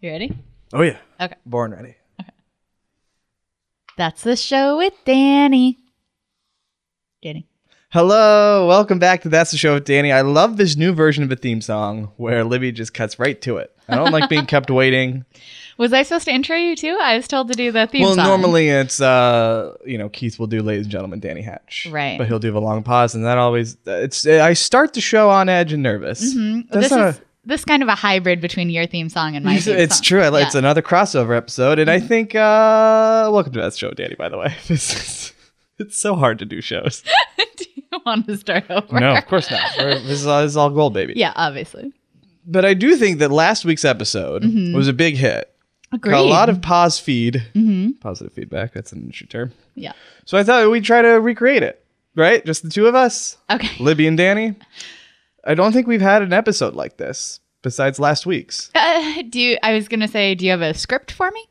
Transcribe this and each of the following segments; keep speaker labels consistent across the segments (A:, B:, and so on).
A: You ready?
B: Oh yeah.
A: Okay.
B: Born ready.
A: That's the show with Danny. Danny.
B: Hello, welcome back to That's the Show with Danny. I love this new version of the theme song where Libby just cuts right to it. I don't like being kept waiting.
A: Was I supposed to intro you too? I was told to do the theme
B: well,
A: song.
B: normally it's uh, you know, Keith will do ladies and gentlemen Danny Hatch.
A: Right.
B: But he'll do the long pause and that always uh, it's I start the show on edge and nervous.
A: Mhm.
B: That's
A: this
B: not
A: is this is kind of a hybrid between your theme song and my
B: It's,
A: theme
B: it's
A: song.
B: true. I, It's
A: Yeah. Mm-hmm.
B: another crossover episode, and I think uh, welcome to that show, Danny. By the way, this is it's so hard to do shows.
A: do you want to start over?
B: No, of course not. We're- this, is all, this is all gold, baby.
A: Yeah, obviously.
B: But I do think that last week's episode
A: Mm-hmm.
B: was a big hit.
A: Agreed.
B: Got a lot of pause feed,
A: Mm-hmm.
B: positive feedback. That's an industry term.
A: Yeah.
B: So I thought we'd try to recreate it. Right, just the two of us,
A: Okay.
B: Libby and Danny. I don't think we've had an episode like this besides last week's.
A: Uh, do you, I was gonna say, do you have a script for me?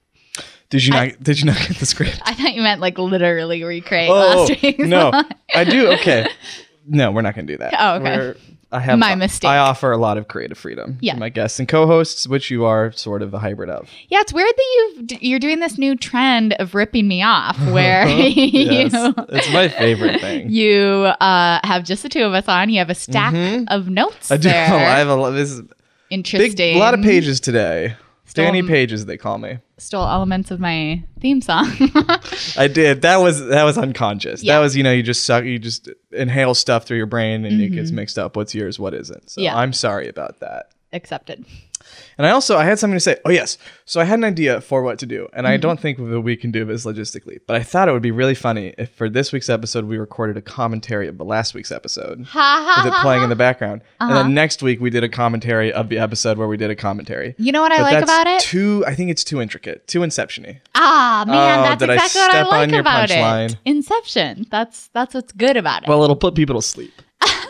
B: Did you not? Did you not get the script?
A: I thought you meant like literally recreate
B: Oh,
A: last week's.
B: no,
A: line.
B: I do. Okay, no, we're not going to do that.
A: Oh, okay.
B: We're- I have
A: My mistake.
B: I offer a lot of creative freedom
A: Yeah.
B: to my guests and co-hosts, which you are sort of a hybrid of.
A: Yeah, it's weird that you you're doing this new trend of ripping me off, where
B: Yes,
A: you
B: it's my favorite thing.
A: you uh, have just the two of us on. You have a stack of notes.
B: Mm-hmm. I do. Oh,
A: There.
B: I have a lot. This is
A: Interesting.
B: big, a lot of pages today.
A: Stole
B: Danny
A: m-
B: Pages, they call me.
A: Stole elements of my theme song.
B: I did. That was that was unconscious.
A: Yeah.
B: That was you know you just suck. You just inhale stuff through your brain and it gets mixed up. What's yours? What isn't? So
A: Mm-hmm. Yeah.
B: I'm sorry about that.
A: Accepted.
B: And I also I had something to say. Oh yes, so I had an idea for what to do, and
A: Mm-hmm.
B: I don't think that we can do this logistically. But I thought it would be really funny if for this week's episode we recorded a commentary of the last week's episode
A: Ha ha.
B: with it
A: ha,
B: playing
A: ha. Uh-huh.
B: in the background, and then next week we did a commentary of the episode where we did a commentary.
A: You know what I
B: But
A: like
B: that's
A: about it?
B: Too, I think it's too intricate, too inceptiony.
A: ah, man,
B: Oh,
A: that's
B: did I
A: exactly what I
B: step on
A: like
B: your
A: about it.
B: punchline?
A: Inception. That's that's what's good about it.
B: Well, it'll put people to sleep.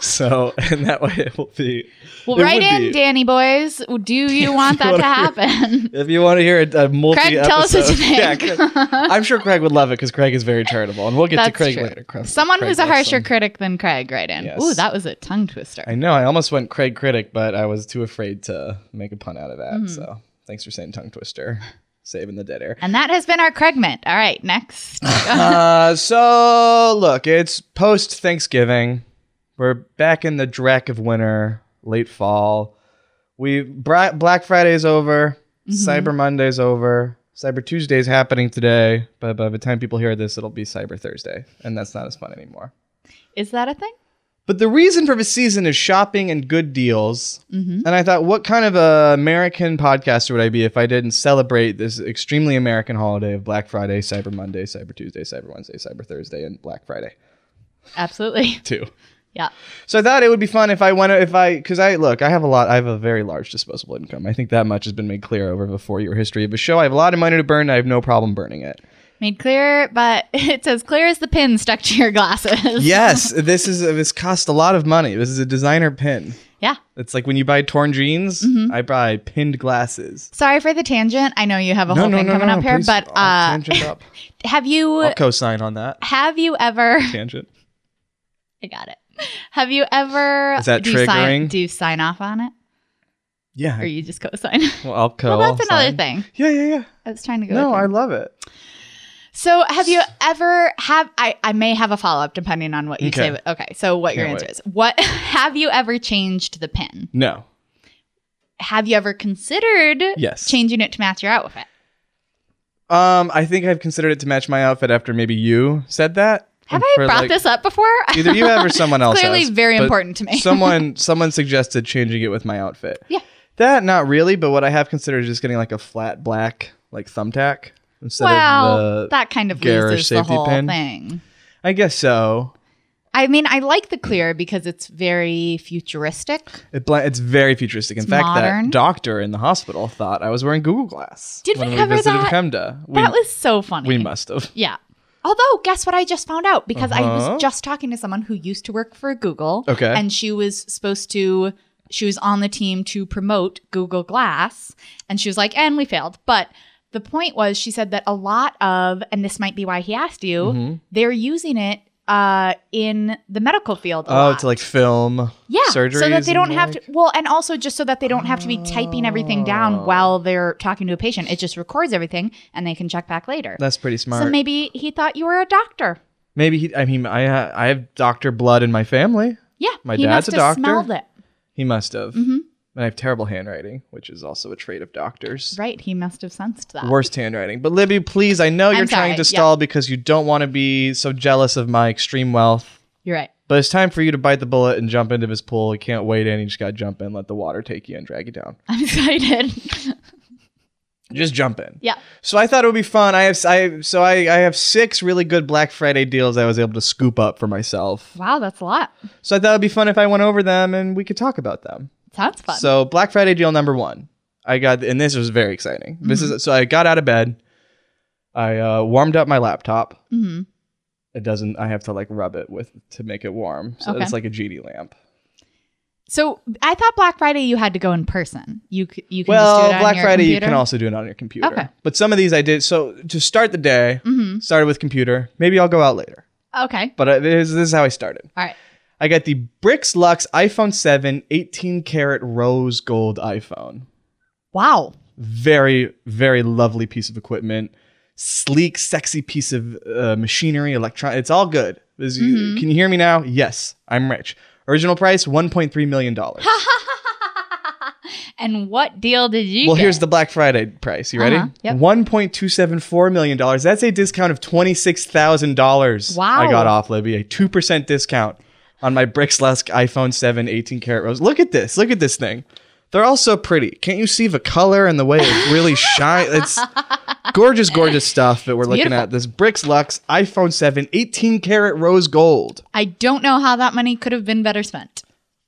B: so, and that way it will be.
A: Well,
B: it
A: right
B: would
A: in,
B: be-
A: Danny boys. Do you want that to
B: wanna
A: happen?
B: If you want to hear a, a multi
A: Craig, tell us what you
B: Yeah,
A: think.
B: Craig- I'm sure Craig would love it because Craig is very charitable, and we'll get to
A: That's
B: Craig
A: true.
B: later. Craig-
A: Someone
B: Craig
A: who's a
B: loves
A: harsher
B: him.
A: critic than Craig, right in.
B: Yes.
A: Ooh, that was a tongue twister.
B: I know. I almost went Craig critic, but I was too afraid to make a pun out of that.
A: Mm-hmm.
B: So thanks for saying tongue twister, saving the dead air.
A: and that has been our Craigment. All right, next.
B: uh, so look, it's post Thanksgiving. We're back in the dreck of winter, late fall. We bra- Black Friday's over, Cyber Monday's over, Cyber Tuesday's happening today. But by the time people hear this, it'll be Cyber Thursday, and that's not as fun anymore.
A: Is that a thing?
B: But the reason for the season is shopping and good deals. And I thought, what kind of a American podcaster would I be if I didn't celebrate this extremely American holiday of Black Friday, Cyber Monday, Cyber Tuesday, Cyber Wednesday, Cyber Thursday, and Black Friday
A: Absolutely.
B: too?
A: Yeah.
B: So I thought it would be fun if I went, if I, because I look, I have a lot, I have a very large disposable income. I think that much has been made clear over the four-year history of the show. I have a lot of money to burn. I have no problem burning it.
A: Made clear, but it's as clear as the pin stuck to your glasses.
B: Yes, this is this cost a lot of money. This is a designer pin.
A: Yeah.
B: It's like when you buy torn jeans, I buy pinned glasses.
A: Sorry for the tangent. I know you have a whole thing coming up here,
B: please,
A: but
B: I'll
A: uh,
B: tangent Oh. up.
A: have you
B: I'll co-sign on that
A: have you ever?
B: tangent.
A: I got it. Have you ever?
B: Is that
A: do you sign,
B: triggering?
A: do you sign off on it,
B: Yeah,
A: or you just co-sign?
B: well, I'll co.
A: well, that's
B: I'll
A: another
B: sign.
A: thing.
B: Yeah, yeah, yeah.
A: I was trying to go.
B: No,
A: with
B: I
A: you.
B: love it.
A: So, have you ever have I? I may have a follow up depending on what you
B: Okay.
A: say. Okay, so what your
B: Can't
A: answer
B: wait.
A: is? What have you ever changed the pin?
B: No,
A: Have you ever considered
B: Yes.
A: changing it to match your outfit?
B: um, I think I've considered it to match my outfit after maybe you said that.
A: Have
B: And
A: I
B: for,
A: brought
B: like-
A: this up before?
B: Either you have or someone
A: It's
B: else.
A: clearly
B: has,
A: very
B: but
A: important to me.
B: someone, someone suggested changing it with my outfit.
A: Yeah.
B: That not really, but what I have considered is just getting like a flat black like thumbtack instead
A: wow,
B: of the.
A: that kind of
B: garish
A: loses the
B: safety
A: whole
B: pin.
A: thing.
B: I guess so.
A: I mean, I like the clear because it's very futuristic.
B: It bl- it's very futuristic. In
A: It's
B: fact,
A: modern.
B: that doctor in the hospital thought I was wearing Google Glass.
A: Did we
B: when
A: cover
B: visited
A: that?
B: Chemda. We,
A: that was so funny.
B: we must have.
A: Yeah. Although, guess what I just found out? Because I
B: Uh-huh.
A: was just talking to someone who used to work for Google.
B: Okay.
A: And she was supposed to, she was on the team to promote Google Glass. And she was like, and we failed. But the
B: Mm-hmm.
A: point was, she said that a lot of, and this might be why he asked you, they're using it. uh, in the medical field. A
B: Oh,
A: lot.
B: to like film
A: yeah,
B: surgeries.
A: so that they
B: and
A: don't have
B: like- Oh.
A: to. Well, and also just so that they don't have to be typing everything down while they're talking to a patient. It just records everything, and they can check back later.
B: That's pretty smart.
A: So maybe he thought you were a doctor.
B: Maybe he, I mean I ha- I have doctor blood in my family.
A: Yeah,
B: My
A: he
B: dad's
A: must
B: a
A: have
B: doctor.
A: Smelled it,
B: He must have. Mm-hmm. And I have terrible handwriting, which is also a trait of doctors.
A: right? He must have sensed that.
B: Worst handwriting. But Libby, please, I know you're
A: sorry,
B: trying
A: yeah.
B: to stall because you don't want to be so jealous of my extreme wealth.
A: You're right.
B: But it's time for you to bite the bullet and jump into his pool. You can't wait in. You just got to jump in, let the water take you and drag you down.
A: I'm excited.
B: Just jump in.
A: yeah.
B: So I thought it would be fun. I have I so I, I have six really good Black Friday deals I was able to scoop up for myself.
A: Wow, that's a lot.
B: So I thought it'd be fun if I went over them and we could talk about them.
A: Sounds fun.
B: So Black Friday deal number one. I got and this was very exciting. This
A: Mm-hmm.
B: is so I got out of bed. I uh, warmed up my laptop.
A: hmm
B: It doesn't. I have to like rub it with to make it warm. So
A: Okay.
B: it's like a GD lamp.
A: So I thought Black Friday you had to go in person. You c- you can
B: well,
A: just do it on
B: Black
A: your
B: Friday you
A: computer?
B: can also do it on your computer.
A: Okay.
B: But some of these I did. So to start the day,
A: Mhm.
B: started with computer. Maybe I'll go out later.
A: Mm-hmm. Okay.
B: But uh, this, this is how I started.
A: All right.
B: I got the Brix Lux iPhone 7 18 karat rose gold iPhone.
A: Wow.
B: Very, very lovely piece of equipment. Sleek, sexy piece of uh, machinery, electron. It's all good. This-
A: Mm-hmm.
B: Can you hear me now? Yes, I'm rich. Original price $1.3 million. well,
A: And what deal did you get?
B: here's the Black Friday price. You ready?
A: Uh-huh, yep.
B: $1.274 million. That's a discount of $26,000 I
A: Wow.
B: got off, Libby. A 2% discount on my Brix Lux iPhone 7 18 karat rose. Look at this. Look at this thing. They're all so pretty. Can't you see the color and the way it really shines? It's gorgeous, gorgeous stuff that we're looking
A: beautiful.
B: at. This Brix Lux iPhone 7 18 karat rose gold.
A: I don't know how that money could have been better spent.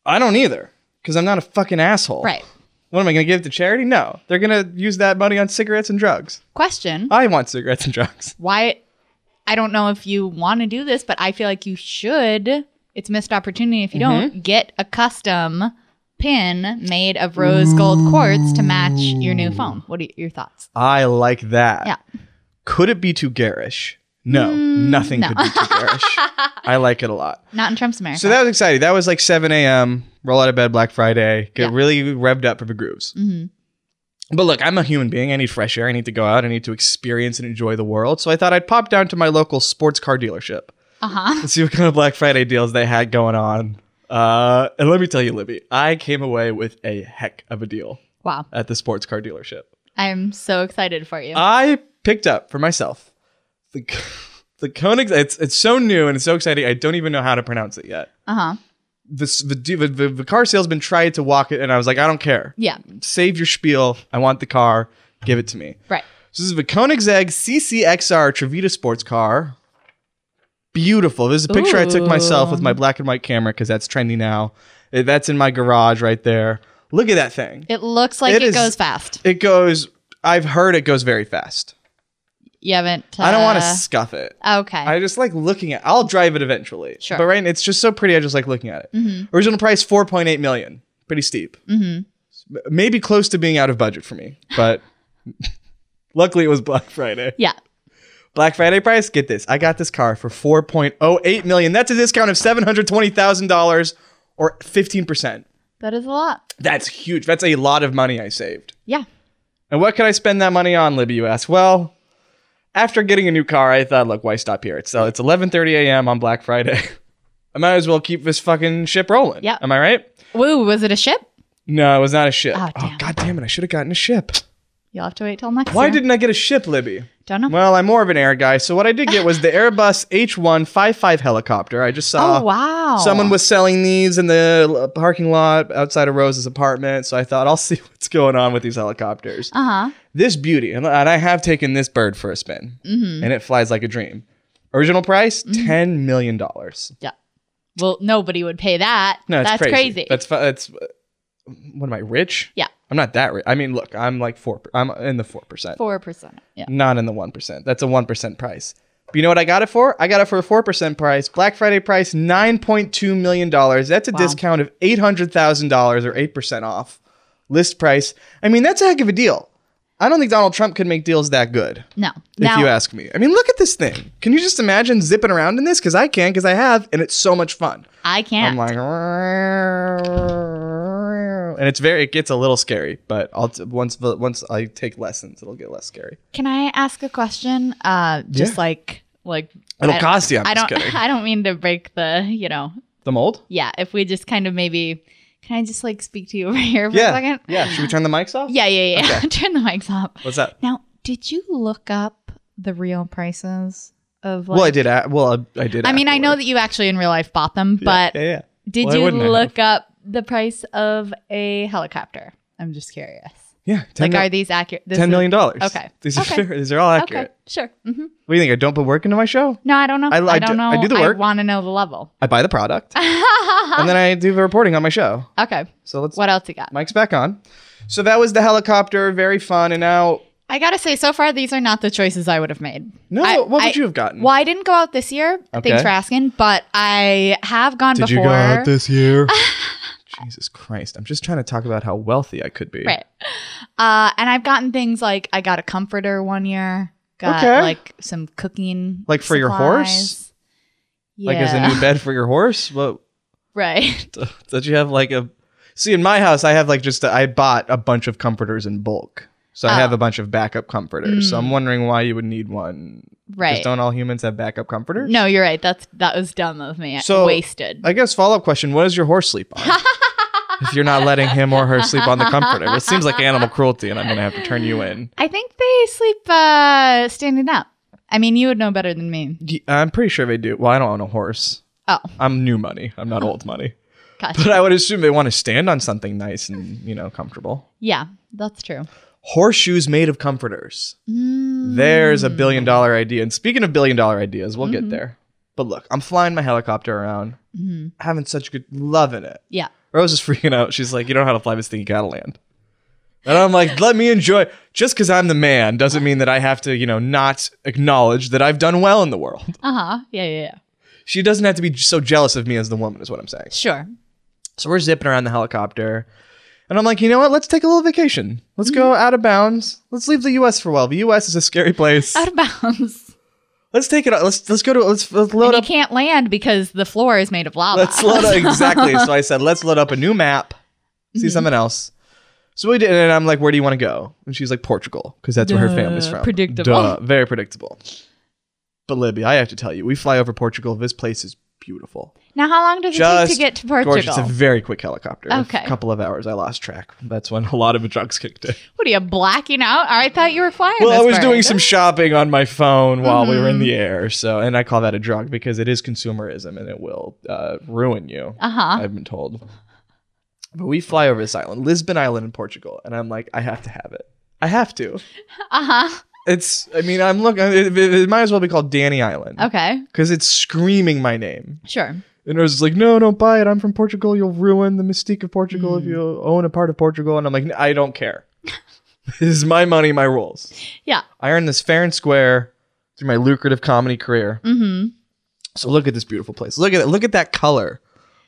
B: I don't either because I'm not a fucking asshole.
A: Right.
B: What am I going to give to charity? No. They're going to use that money on cigarettes and drugs.
A: Question:
B: I want cigarettes and drugs.
A: Why? I don't know if you want to do this, but I feel like you should. It's missed opportunity if you
B: Mm-hmm.
A: don't get a custom pin made of rose gold quartz to match your new phone. What are your thoughts?
B: I like that.
A: Yeah. Mm,
B: Could it be too garish? No, nothing could be too garish. I like it a lot.
A: Not in Trump's America.
B: So that was exciting. That was like 7 a.m. Roll out of bed Black Friday. Get
A: Yeah.
B: really revved up for the grooves.
A: Mhm.
B: But look, I'm a human being. I need fresh air. I need to go out. I need to experience and enjoy the world. So I thought I'd pop down to my local sports car dealership
A: uh huh.
B: and see what kind of Black Friday deals they had going on. Uh, and let me tell you, Libby, I came away with a heck of a deal
A: Wow.
B: at the sports car dealership.
A: I'm so excited for you.
B: I picked up for myself the the Koenigs. It's it's so new and it's so exciting. I don't even know how to pronounce it yet.
A: Uh huh.
B: This the the, the, the car salesman tried to walk it, and I was like, I don't care.
A: Yeah.
B: Save your spiel. I want the car. Give it to me.
A: Right.
B: So this is the Koenigsegg CCXR Trevita sports car. Beautiful. This is a picture I took myself with my black and white camera because that's trendy now. Eh, That's in my garage right there. Look at that thing.
A: It looks like
B: It
A: it,
B: is-
A: goes fast.
B: It goes. I've heard it goes very fast.
A: You haven't. Uh,
B: I don't want to scuff it.
A: Okay.
B: I just like looking at. I'll drive it eventually.
A: Sure.
B: But right, it's just so pretty. I just like looking at it. Original price four point eight million. Pretty steep. Mm-hmm. Maybe close to being out of budget for me, but luckily it was Black Friday.
A: yeah.
B: Black Friday price. Get this. I got this car for four point oh eight million. That's a discount of seven hundred twenty thousand dollars, or fifteen percent.
A: That is a lot.
B: That's huge. That's a lot of money I saved.
A: Yeah.
B: And what could I spend that money on, Libby? You ask. Well, after getting a new car, I thought, look, why stop here? It's uh, it's 11:30 a.m. on Black Friday. I might as well keep this fucking ship rolling.
A: Yeah.
B: Am I right?
A: Woo. Was it a ship?
B: No, it was not a ship.
A: Oh, damn.
B: god damn it! I should have gotten a ship.
A: You'll have to wait till next.
B: Why
A: year.
B: didn't I get a ship, Libby?
A: Don't know.
B: Well, I'm more of an air guy, so what I did get was the Airbus H1 55 helicopter. I just saw.
A: oh wow.
B: uh, Someone was selling these in the l- parking lot outside of Rose's apartment, so I thought I'll see what's going on with these helicopters.
A: Uh huh.
B: this beauty, and, and I have taken this bird for a spin,
A: Mm-hmm.
B: and it flies like a dream. Original price $10 million dollars.
A: Yeah. Well, nobody would pay that.
B: No, it's
A: that's
B: crazy.
A: crazy.
B: That's fu- that's. What am I rich?
A: Yeah.
B: I'm not that rich. I mean, look, I'm like four. per- I'm in the four percent,
A: Four percent. Yeah.
B: not in the one percent. That's a one percent price. But you know what I got it for? I got it for a four percent price. Black Friday price, nine point two million dollars. That's a discount of eight hundred thousand dollars or eight percent off list price. I mean, that's a heck of a deal. I don't think Donald Trump could make deals that good.
A: No.
B: if
A: now,
B: you ask me. I mean, look at this thing. Can you just imagine zipping around in this? Because I can, because I have, and it's so much fun.
A: I can't.
B: I'm like, and it's very, it gets a little scary, but I'll t- once once I take lessons, it'll get less scary.
A: Can I ask a question? Uh, just
B: Yeah.
A: like like
B: It'll
A: I-
B: cost you. I'm
A: I
B: just
A: don't.
B: kidding.
A: I don't mean to break the. You know.
B: The mold?
A: Yeah. If we just kind of maybe, can I just like speak to you over here for
B: Yeah.
A: a second?
B: Yeah. Should we turn the mics off?
A: Yeah. Yeah. Yeah. Turn the mics off.
B: What's that?
A: Now, did you look up the real prices of? Like,
B: well, I did. a well, I, I did.
A: I mean, I know
B: afterward.
A: that you actually in real life bought them,
B: Yeah,
A: but
B: yeah, yeah.
A: did
B: Why
A: you
B: wouldn't I have?
A: look up the price of a helicopter? I'm just curious.
B: yeah.
A: Like,
B: 10 mil-
A: are these accurate? This
B: ten million dollars.
A: okay.
B: These are
A: Okay.
B: these are all
A: Is,
B: accurate.
A: okay. Sure. hmm
B: What do you think? I don't put work into my show.
A: No, I don't know.
B: I-
A: I,
B: I
A: don't
B: do-
A: know.
B: I do the work.
A: I want to know the level.
B: I buy the product and then I do the reporting on my show.
A: okay.
B: So let's.
A: What else you got?
B: Mike's back on. So that was the helicopter. Very fun. And now,
A: I gotta say, so far these are not the choices I would have made.
B: no,
A: I-
B: what would
A: I-
B: you have gotten?
A: Well, I didn't go out this year.
B: Okay.
A: Thanks for asking. But I have gone before.
B: this year? Jesus Christ. I'm just trying to talk about how wealthy I could be.
A: Right. Uh, and I've gotten things like I got a comforter one year. Got
B: Okay.
A: like some cooking.
B: Like for your horse?
A: supplies. Yeah.
B: Like, as a new bed for your horse? What?
A: right.
B: Did you have like a. See, in my house, I have like just. A, I bought a bunch of comforters in bulk. So I
A: Oh.
B: have a bunch of backup comforters. So
A: Mm.
B: I'm wondering why you would need one.
A: Right.
B: Just don't all humans have backup comforters?
A: No, you're right. That's that was dumb of me.
B: So-
A: Wasted.
B: I guess follow up question: What does your horse sleep on? if you're not letting him or her sleep on the comforter, it seems like animal cruelty, and I'm gonna have to turn you in.
A: I think they sleep uh, standing up. I mean, you would know better than me.
B: Y- I'm pretty sure they do. Well, I don't own a horse.
A: Oh,
B: I'm new money. I'm not old money.
A: gotcha.
B: But I would assume they want to stand on something nice and you know comfortable.
A: yeah, that's true. Mm,
B: Horseshoes made of comforters. There's a billion dollar idea. And speaking of billion dollar ideas, we'll get there. But look, I'm flying my helicopter around, having such a good, loving it.
A: Yeah.
B: Rose is freaking out. She's like, "You don't know how to fly this thing. You gotta land." And I'm like, "Let me enjoy. Just because I'm the man doesn't mean that I have to, you know, not acknowledge that I've done well in the world."
A: Uh huh. Yeah, yeah, yeah.
B: She doesn't have to be so jealous of me as the woman, is what I'm saying.
A: Sure.
B: So we're zipping around the helicopter, and I'm like, "You know what? Let's take a little vacation. Let's go out of bounds. Let's leave the U.S. for a while. The U.S. is a scary place.
A: Out of bounds.
B: Let's take it. Let's let's go to let's, let's load
A: And you
B: up.
A: can't land because the floor is made of lava.
B: Let's load up exactly. So I said, let's load up a new map,
A: Mm-hmm.
B: see something else. So we did, and I'm like, where do you want to go? And she's like, Portugal, because that's where her family's
A: Duh,
B: from.
A: predictable.
B: Duh, very predictable. But Libby, I have to tell you, we fly over Portugal. This place is beautiful.
A: now, how long does it take to
B: Just
A: get to
B: Gorgeous.
A: Portugal?
B: It's a very quick helicopter.
A: Okay.
B: A couple of hours. I lost track. That's when a lot of the drugs kicked in.
A: what are you blacking out? I thought you were flying.
B: Well, I
A: this
B: was
A: bird.
B: doing some shopping on my phone while we were
A: Mm-hmm.
B: in the air. So, and I call that a drug because it is consumerism and it will uh, ruin you.
A: Uh-huh.
B: I've been told. But we fly over this island, Lisbon Island in Portugal, and I'm like, I have to have it. I have to.
A: Uh huh.
B: It's. I mean, I'm looking. It, it, it might as well be called Danny Island
A: Okay.
B: because it's screaming my name.
A: Sure.
B: And I was like, No, don't buy it. I'm from Portugal. You'll ruin the mystique of Portugal if you own a part of Portugal. And I'm like, I don't care. this is my money, my rules.
A: Yeah.
B: I earned this fair and square through my lucrative comedy career.
A: Mm-hmm.
B: So look at this beautiful place. Look at it. Look at that color.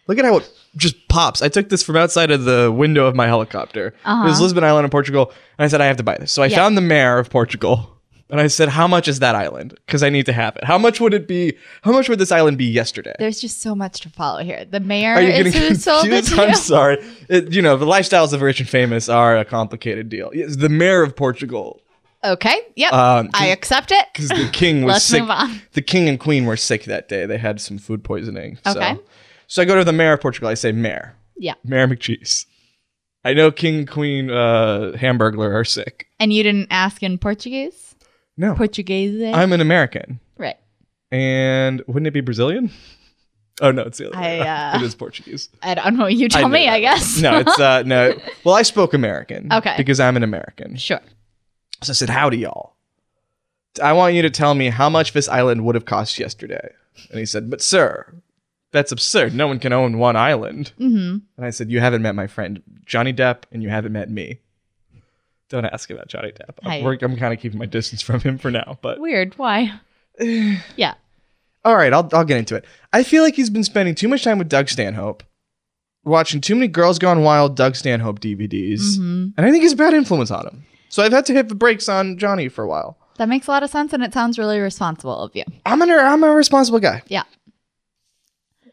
B: Look at how it just pops. I took this from outside of the window of my helicopter. It was
A: Uh-huh.
B: Lisbon Island in Portugal, and I said I have to buy this. So I
A: Yeah.
B: found the mayor of Portugal, and I said, "How much is that island? Because I need to have it. How much would it be? How much would this island be yesterday?"
A: There's just so much to follow here. The mayor
B: Are you
A: is
B: getting
A: who sold it
B: confused?
A: to
B: I'm
A: you.
B: sorry. It, you know the lifestyles of rich and famous are a complicated deal. It's the mayor of Portugal,
A: Okay. Yep.
B: Um,
A: I accept it.
B: because the king was
A: Let's
B: sick.
A: move on.
B: the king and queen were sick that day. They had some food poisoning.
A: Okay.
B: So, so I go to the mayor of Portugal. I say, Mayor,
A: Yeah.
B: Mayor McCheese. I know King and Queen uh, Hamburglar are sick.
A: And you didn't ask in Portuguese?
B: No,
A: Portuguese?
B: I'm an American,
A: right.
B: and wouldn't it be Brazilian? Oh no, it's the other way
A: I,
B: around.
A: uh,
B: It is Portuguese.
A: I don't know. You
B: I
A: tell
B: knew
A: me,
B: that.
A: I guess.
B: no, it's uh, no. Well, I spoke American.
A: Okay.
B: Because I'm an American.
A: Sure.
B: So I said, Howdy, y'all. I want you to tell me how much this island would have cost yesterday. And he said, But, sir, that's absurd. No one can own one island.
A: Mm-hmm.
B: And I said, You haven't met my friend Johnny Depp, and you haven't met me. Don't ask about Johnny Depp. I'm,
A: Hey.
B: we're- I'm kind of keeping my distance from him for now. But
A: Weird. Why? yeah.
B: all right, I'll, I'll get into it. I feel like he's been spending too much time with Doug Stanhope, watching too many Girls Gone Wild Doug Stanhope DVDs.
A: Mm-hmm.
B: And I think he's a bad influence on him. So I've had to hit the brakes on Johnny for a while.
A: That makes a lot of sense and it sounds really responsible of you.
B: I'm an I'm a responsible guy.
A: Yeah.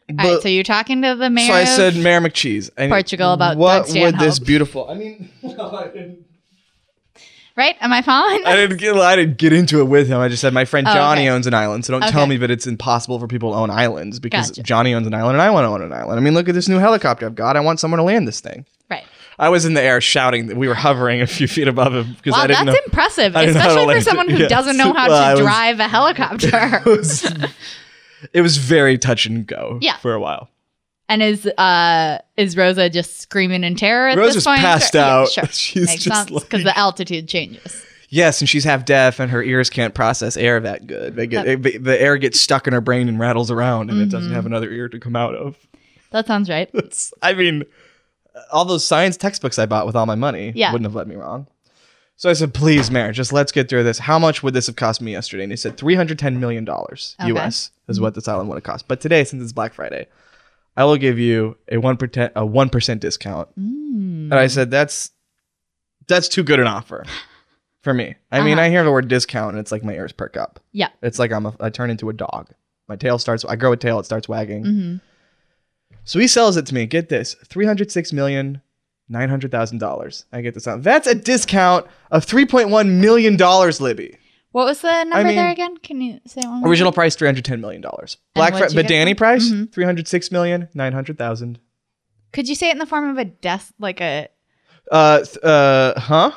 B: But,
A: All right, so you're talking to the mayor.
B: so I said
A: of-
B: Mayor McCheese. And
A: Portugal about
B: what
A: Doug
B: would this
A: Stanhope.
B: beautiful? I mean, I didn't,
A: right? Am I following?
B: I didn't get I didn't get into it with him. I just said my friend
A: Oh, okay.
B: Johnny owns an island, so don't tell
A: Okay.
B: me that it's impossible for people to own islands because
A: Gotcha.
B: Johnny owns an island and I want to own an island. I mean, look at this new helicopter I've got. I want someone to land this thing.
A: right.
B: I was in the air shouting that we were hovering a few feet above him because
A: Wow,
B: I didn't
A: that's
B: know.
A: impressive,
B: I didn't know how
A: especially
B: to
A: for
B: land it.
A: someone who
B: Yes.
A: doesn't know how
B: Well, I
A: to
B: was-
A: drive a helicopter.
B: it, was, it was very touch and go
A: Yeah.
B: for a while.
A: And is uh is Rosa just screaming in terror at
B: Rosa's
A: this point?
B: passed
A: Sure. Yeah,
B: out.
A: sure.
B: She's
A: Makes
B: just
A: sense because the altitude changes.
B: Yes, and she's half deaf, and her ears can't process air that good. They get the- the air gets stuck in her brain and rattles around, and it doesn't
A: Mm-hmm.
B: have another ear to come out of.
A: That sounds right.
B: It's, I mean, all those science textbooks I bought with all my money
A: Yeah.
B: wouldn't have led me wrong. So I said, "Please, Mayor, just let's get through this. How much would this have cost me yesterday?" And he said, 310 million dollars
A: Okay. Mm-hmm.
B: U.S. is what this island would have cost. But today, since it's Black Friday, I will give you a one percent a one percent discount.
A: Mm.
B: And I said, "That's that's too good an offer for me." I mean,
A: Uh-huh.
B: I hear the word discount, and it's like my ears perk up.
A: Yeah.
B: it's like I'm a, I turn into a dog. My tail starts. I grow a tail. It starts wagging.
A: Mhm.
B: So he sells it to me. Get this: three hundred six million nine hundred thousand dollars. I get this out. That's a discount of three point one million dollars, Libby.
A: What was the number
B: mean-
A: there again? Can you say it one more?
B: Original price three hundred ten million dollars. Black
A: what'd
B: Friday,
A: you
B: but
A: get?
B: Danny price
A: Mhm.
B: hundred six million nine hundred thousand.
A: time? Could you say it in the form of a des like a
B: Uh, th- uh, huh?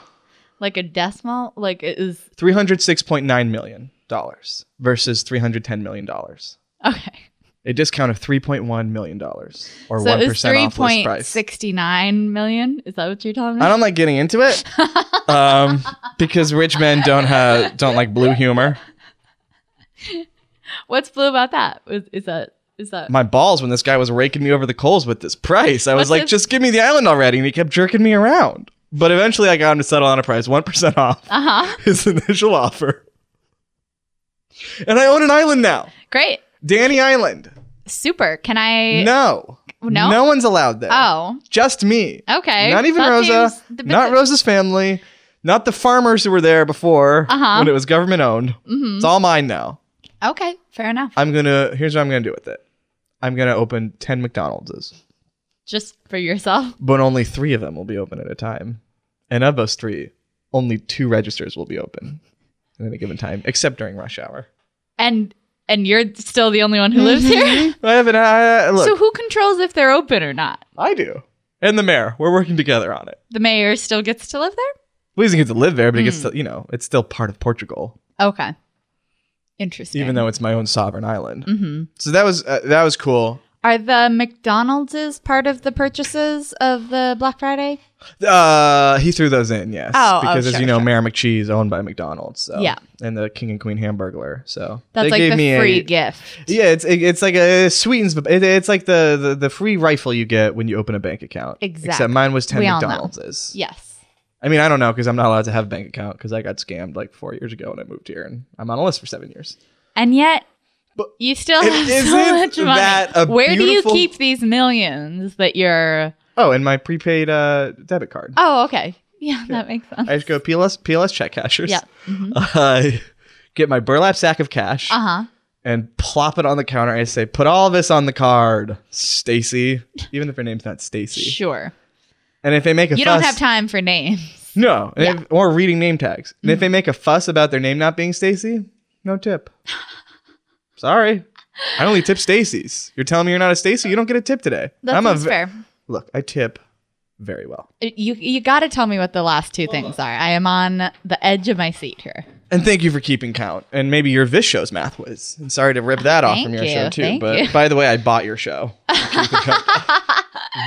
A: like a decimal? Like it is
B: Three hundred six point nine million dollars versus three hundred ten million dollars.
A: okay.
B: A discount of three point one million dollars or
A: so
B: one
A: it was three
B: off list
A: point
B: price.
A: sixty nine million. Is that what you're telling me?
B: I don't like getting into it um, because rich men don't have don't like blue humor.
A: What's blue about that? Is, is that is that
B: My balls when this guy was raking me over the coals with this price. I was
A: What's
B: like,
A: this-
B: just give me the island already, and he kept jerking me around. But eventually, I got him to settle on a price one percent off
A: uh huh?
B: his initial offer, and I own an island now,
A: Great,
B: Danny Island.
A: super. Can I?
B: No,
A: No?
B: no one's allowed there.
A: Oh,
B: just me.
A: okay.
B: Not even
A: That
B: Rosa.
A: seems the bit-
B: Not Rosa's family. Not the farmers who were there before
A: Uh-huh.
B: when it was government owned.
A: Mhm.
B: It's all mine now.
A: Okay, fair enough.
B: I'm gonna. Here's what I'm gonna do with it. I'm gonna open ten McDonald's,
A: Just for yourself.
B: but only three of them will be open at a time. And of those three, only two registers will be open at any given time, except during rush hour.
A: And and you're still the only one who lives here.
B: I haven't. I, I- Mm-hmm. look,
A: so who controls if they're open or not?
B: I do, and the mayor. We're working together on it.
A: The mayor still gets to live there?
B: Well, he doesn't get to live there, but he gets
A: Mm.
B: to. You know, it's still part of Portugal,
A: Okay. Interesting.
B: even though it's my own sovereign island.
A: hmm
B: So that was uh, that was cool.
A: Are the McDonald's part of the purchases of the Black Friday?
B: Uh, he threw those in, yes.
A: Oh, oh,
B: because as
A: sure,
B: you know,
A: sure.
B: Mayor McCheese owned by McDonald's. So.
A: Yeah.
B: and the King and Queen Hamburglar. So
A: That's
B: they
A: like
B: gave
A: the
B: me
A: free
B: A,
A: gift.
B: yeah, it's it, it's like a it sweetens. the- It, it's like the, the the free rifle you get when you open a bank account. Except
A: Exactly.
B: mine was ten
A: We all know.
B: McDonald's.
A: Yes.
B: I mean, I don't know because I'm not allowed to have a bank account because I got scammed like four years ago when I moved here, and I'm on a list for seven years.
A: And yet
B: But
A: you still
B: it
A: have so
B: isn't
A: much money.
B: that a
A: Where
B: beautiful-
A: do you keep these millions that you're
B: Oh, and my prepaid uh, debit card.
A: Oh, okay. Yeah, that makes sense.
B: I just go PLS PLS check cashers.
A: Oh. Yeah. Mm-hmm.
B: I get my burlap sack of cash
A: Uh-huh.
B: and plop it on the counter. I say, "Put all this on the card, Stacy." Even if her name's not Stacy.
A: Sure.
B: And if they make a
A: You
B: fuss,
A: don't have time for names.
B: no, And if- or reading name tags. And
A: Mm-hmm.
B: if they make a fuss about their name not being Stacy, no tip. Sorry, I only tip Stacy's. You're telling me you're not a Stacy? You don't get a tip today.
A: That
B: a
A: seems
B: ve-
A: fair.
B: look. I tip very well.
A: You you got to tell me what the last two things are. I am on the edge of my seat here.
B: And thank you for keeping count. And maybe your this show's math whiz. And sorry to rip that off from
A: Ah, Thank
B: your
A: you,
B: show too.
A: thank
B: but
A: you.
B: by the way, I bought your show.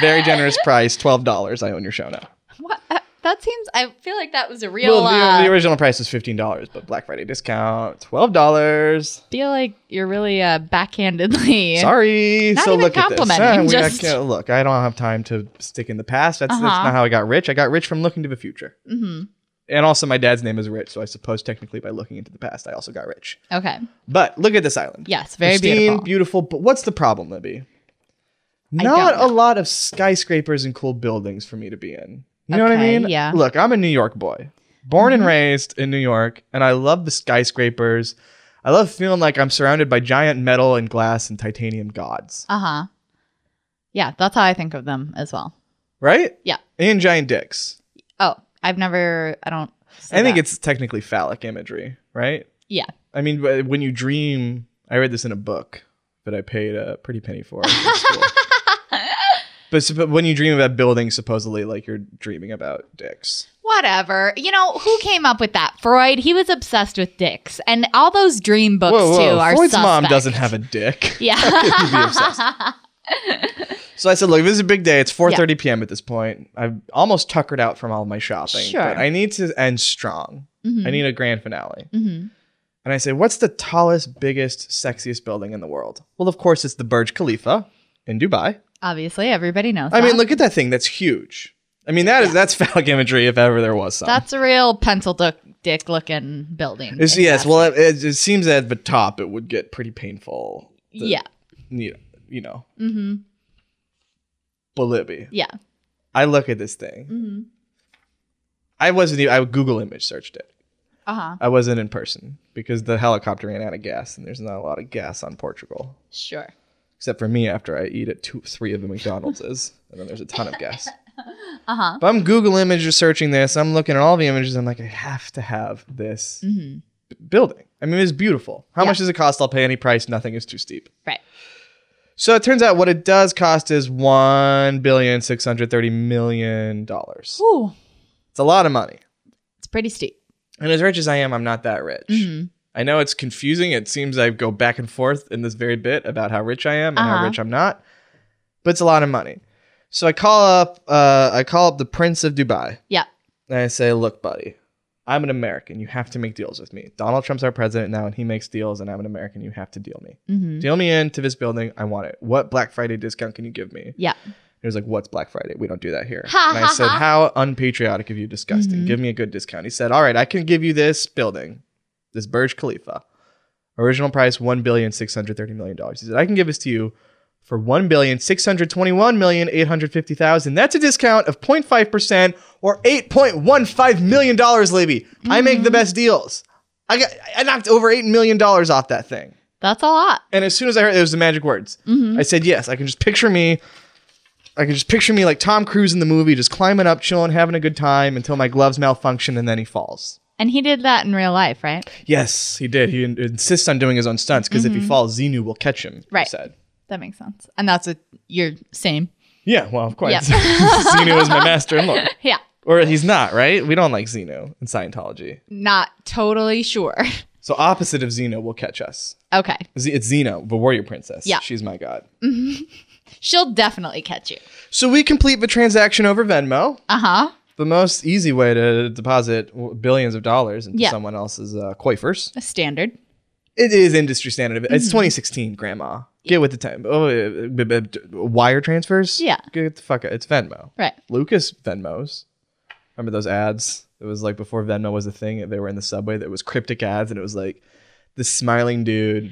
B: Very generous price, twelve dollars. I own your show now.
A: What? That- That seems. I feel like that was a real.
B: Well, the,
A: uh,
B: the original price was fifteen dollars, but Black Friday discount, twelve dollars.
A: feel like you're really uh, backhandedly.
B: Sorry.
A: Not
B: so
A: even
B: look at this.
A: complimenting,
B: we- I
A: just-
B: can't- look, I don't have time to stick in the past. That's, that's
A: Uh-huh.
B: not how I got rich. I got rich from looking to the future.
A: Mhm.
B: And also, my dad's name is Rich, so I suppose technically by looking into the past, I also got rich.
A: Okay.
B: But look at this island.
A: Yes. Very
B: pristine,
A: beautiful.
B: But what's the problem, Libby?
A: I
B: Not
A: don't
B: a lot of skyscrapers and cool buildings for me to be in. You know what I
A: Okay,
B: mean?
A: yeah. Mm-hmm.
B: Look, I'm a New York boy, born and raised in New York, and I love the skyscrapers. I love feeling like I'm surrounded by giant metal and glass and titanium gods,
A: Uh huh. Yeah, that's how I think of them as well.
B: right?
A: Yeah.
B: And giant dicks.
A: Oh, I've never. I don't.
B: I think it's technically phallic imagery, right?
A: Yeah.
B: I mean, wh- when you dream, I read this in a book, but I paid a pretty penny for it. in school. but, sup- when you dream about buildings, supposedly, like you're dreaming about dicks.
A: Whatever. You know, who came up with that? Freud. He was obsessed with dicks. And all those dream books,
B: Whoa, whoa!
A: too, are
B: Freud's mom
A: suspect.
B: doesn't have a dick. You'd be
A: Yeah.
B: So I said, look, this is a big day. It's 4:30 p.m. at this point. I've almost tuckered out from all my shopping.
A: Sure. Mm-hmm.
B: But I need to end strong. I need a grand finale.
A: hmm
B: And I say, what's the tallest, biggest, sexiest building in the world? Well, of course, it's the Burj Khalifa in Dubai.
A: Obviously, everybody knows.
B: I mean,
A: that.
B: look at that thing. That's huge. I mean, that is that's phallic imagery if ever there was some.
A: That's a real pencil dick, dick looking building.
B: It's-
A: Exactly.
B: yes. Well, it, it, it seems at the top it would get pretty painful. The-
A: yeah.
B: You know, you know
A: Mm-hmm.
B: Bolivia.
A: Yeah.
B: I look at this thing.
A: Mm-hmm.
B: I wasn't. Even, I Google image searched it.
A: Uh huh.
B: I wasn't in person because the helicopter ran out of gas, and there's not a lot of gas on Portugal,
A: Sure.
B: except for me after I eat at two, three of the McDonald's, and then there's a ton of gas.
A: Uh huh.
B: But I'm Google image searching this. I'm looking at all the images. I'm like, I have to have this
A: Mm-hmm.
B: b- building. I mean, it's beautiful. How
A: Yeah.
B: much does it cost? I'll pay any price. Nothing is too steep.
A: Right.
B: So it turns out what it does cost is one billion six hundred thirty million dollars.
A: Ooh,
B: It's a lot of money.
A: it's pretty steep.
B: And as rich as I am, I'm not that rich.
A: Mm-hmm.
B: I know it's confusing. It seems I go back and forth in this very bit about how rich I am and how
A: Uh-huh.
B: rich I'm not, but it's a lot of money. So I call up, uh, I call up the Prince of Dubai.
A: Yeah.
B: And I say, look, buddy, I'm an American. You have to make deals with me. Donald Trump's our president now, and he makes deals, and I'm an American. You have to deal me.
A: Mm-hmm.
B: Deal me into this building. I want it. What Black Friday discount can you give me?
A: Yeah.
B: He was like, What's Black Friday? We don't do that here. and I said, How unpatriotic of you, disgusting.
A: Mhm.
B: Give me a good discount. He said, All right, I can give you this building, this Burj Khalifa. Original price one billion six hundred thirty million dollars. He said, I can give this to you for one billion six hundred twenty-one million eight hundred fifty thousand. That's a discount of 0.5 percent or eight point one five million dollars, Libby. I make
A: Mm-hmm.
B: the best deals. I got I knocked over eight million dollars off that thing.
A: That's a lot.
B: And as soon as I heard it was the magic words,
A: Mm-hmm.
B: I said yes. I can just picture me. I can just picture me like Tom Cruise in the movie, just climbing up, chilling, having a good time until my gloves malfunction and then he falls.
A: And he did that in real life, right?
B: Yes, he did. He in- insists on doing his own stunts because if he falls, Xenu will catch him.
A: Mm-hmm. Right.
B: He said.
A: That makes sense. And that's what you're same.
B: Yeah, well, of course.
A: Yeah.
B: Xenu is my master and lord.
A: Yeah.
B: Or he's not, right? We don't like Xenu in Scientology.
A: Not totally sure.
B: So opposite of Xeno will catch us.
A: okay.
B: Z- it's Xeno, the warrior princess.
A: Yeah.
B: She's my god.
A: She'll definitely catch you.
B: So we complete the transaction over Venmo.
A: Uh huh.
B: the most easy way to deposit w- billions of dollars into
A: Yeah.
B: someone else's uh, coiffers.
A: Standard.
B: It is industry standard. It's
A: Mm-hmm.
B: 2016, Grandma. Get with the time. Oh, uh, b- b- d- wire transfers.
A: Yeah.
B: get the fuck out. It's Venmo.
A: Right.
B: Lucas Venmos. Remember those ads? It was like before Venmo was a thing. They were in the subway. That was cryptic ads, and it was like the smiling dude.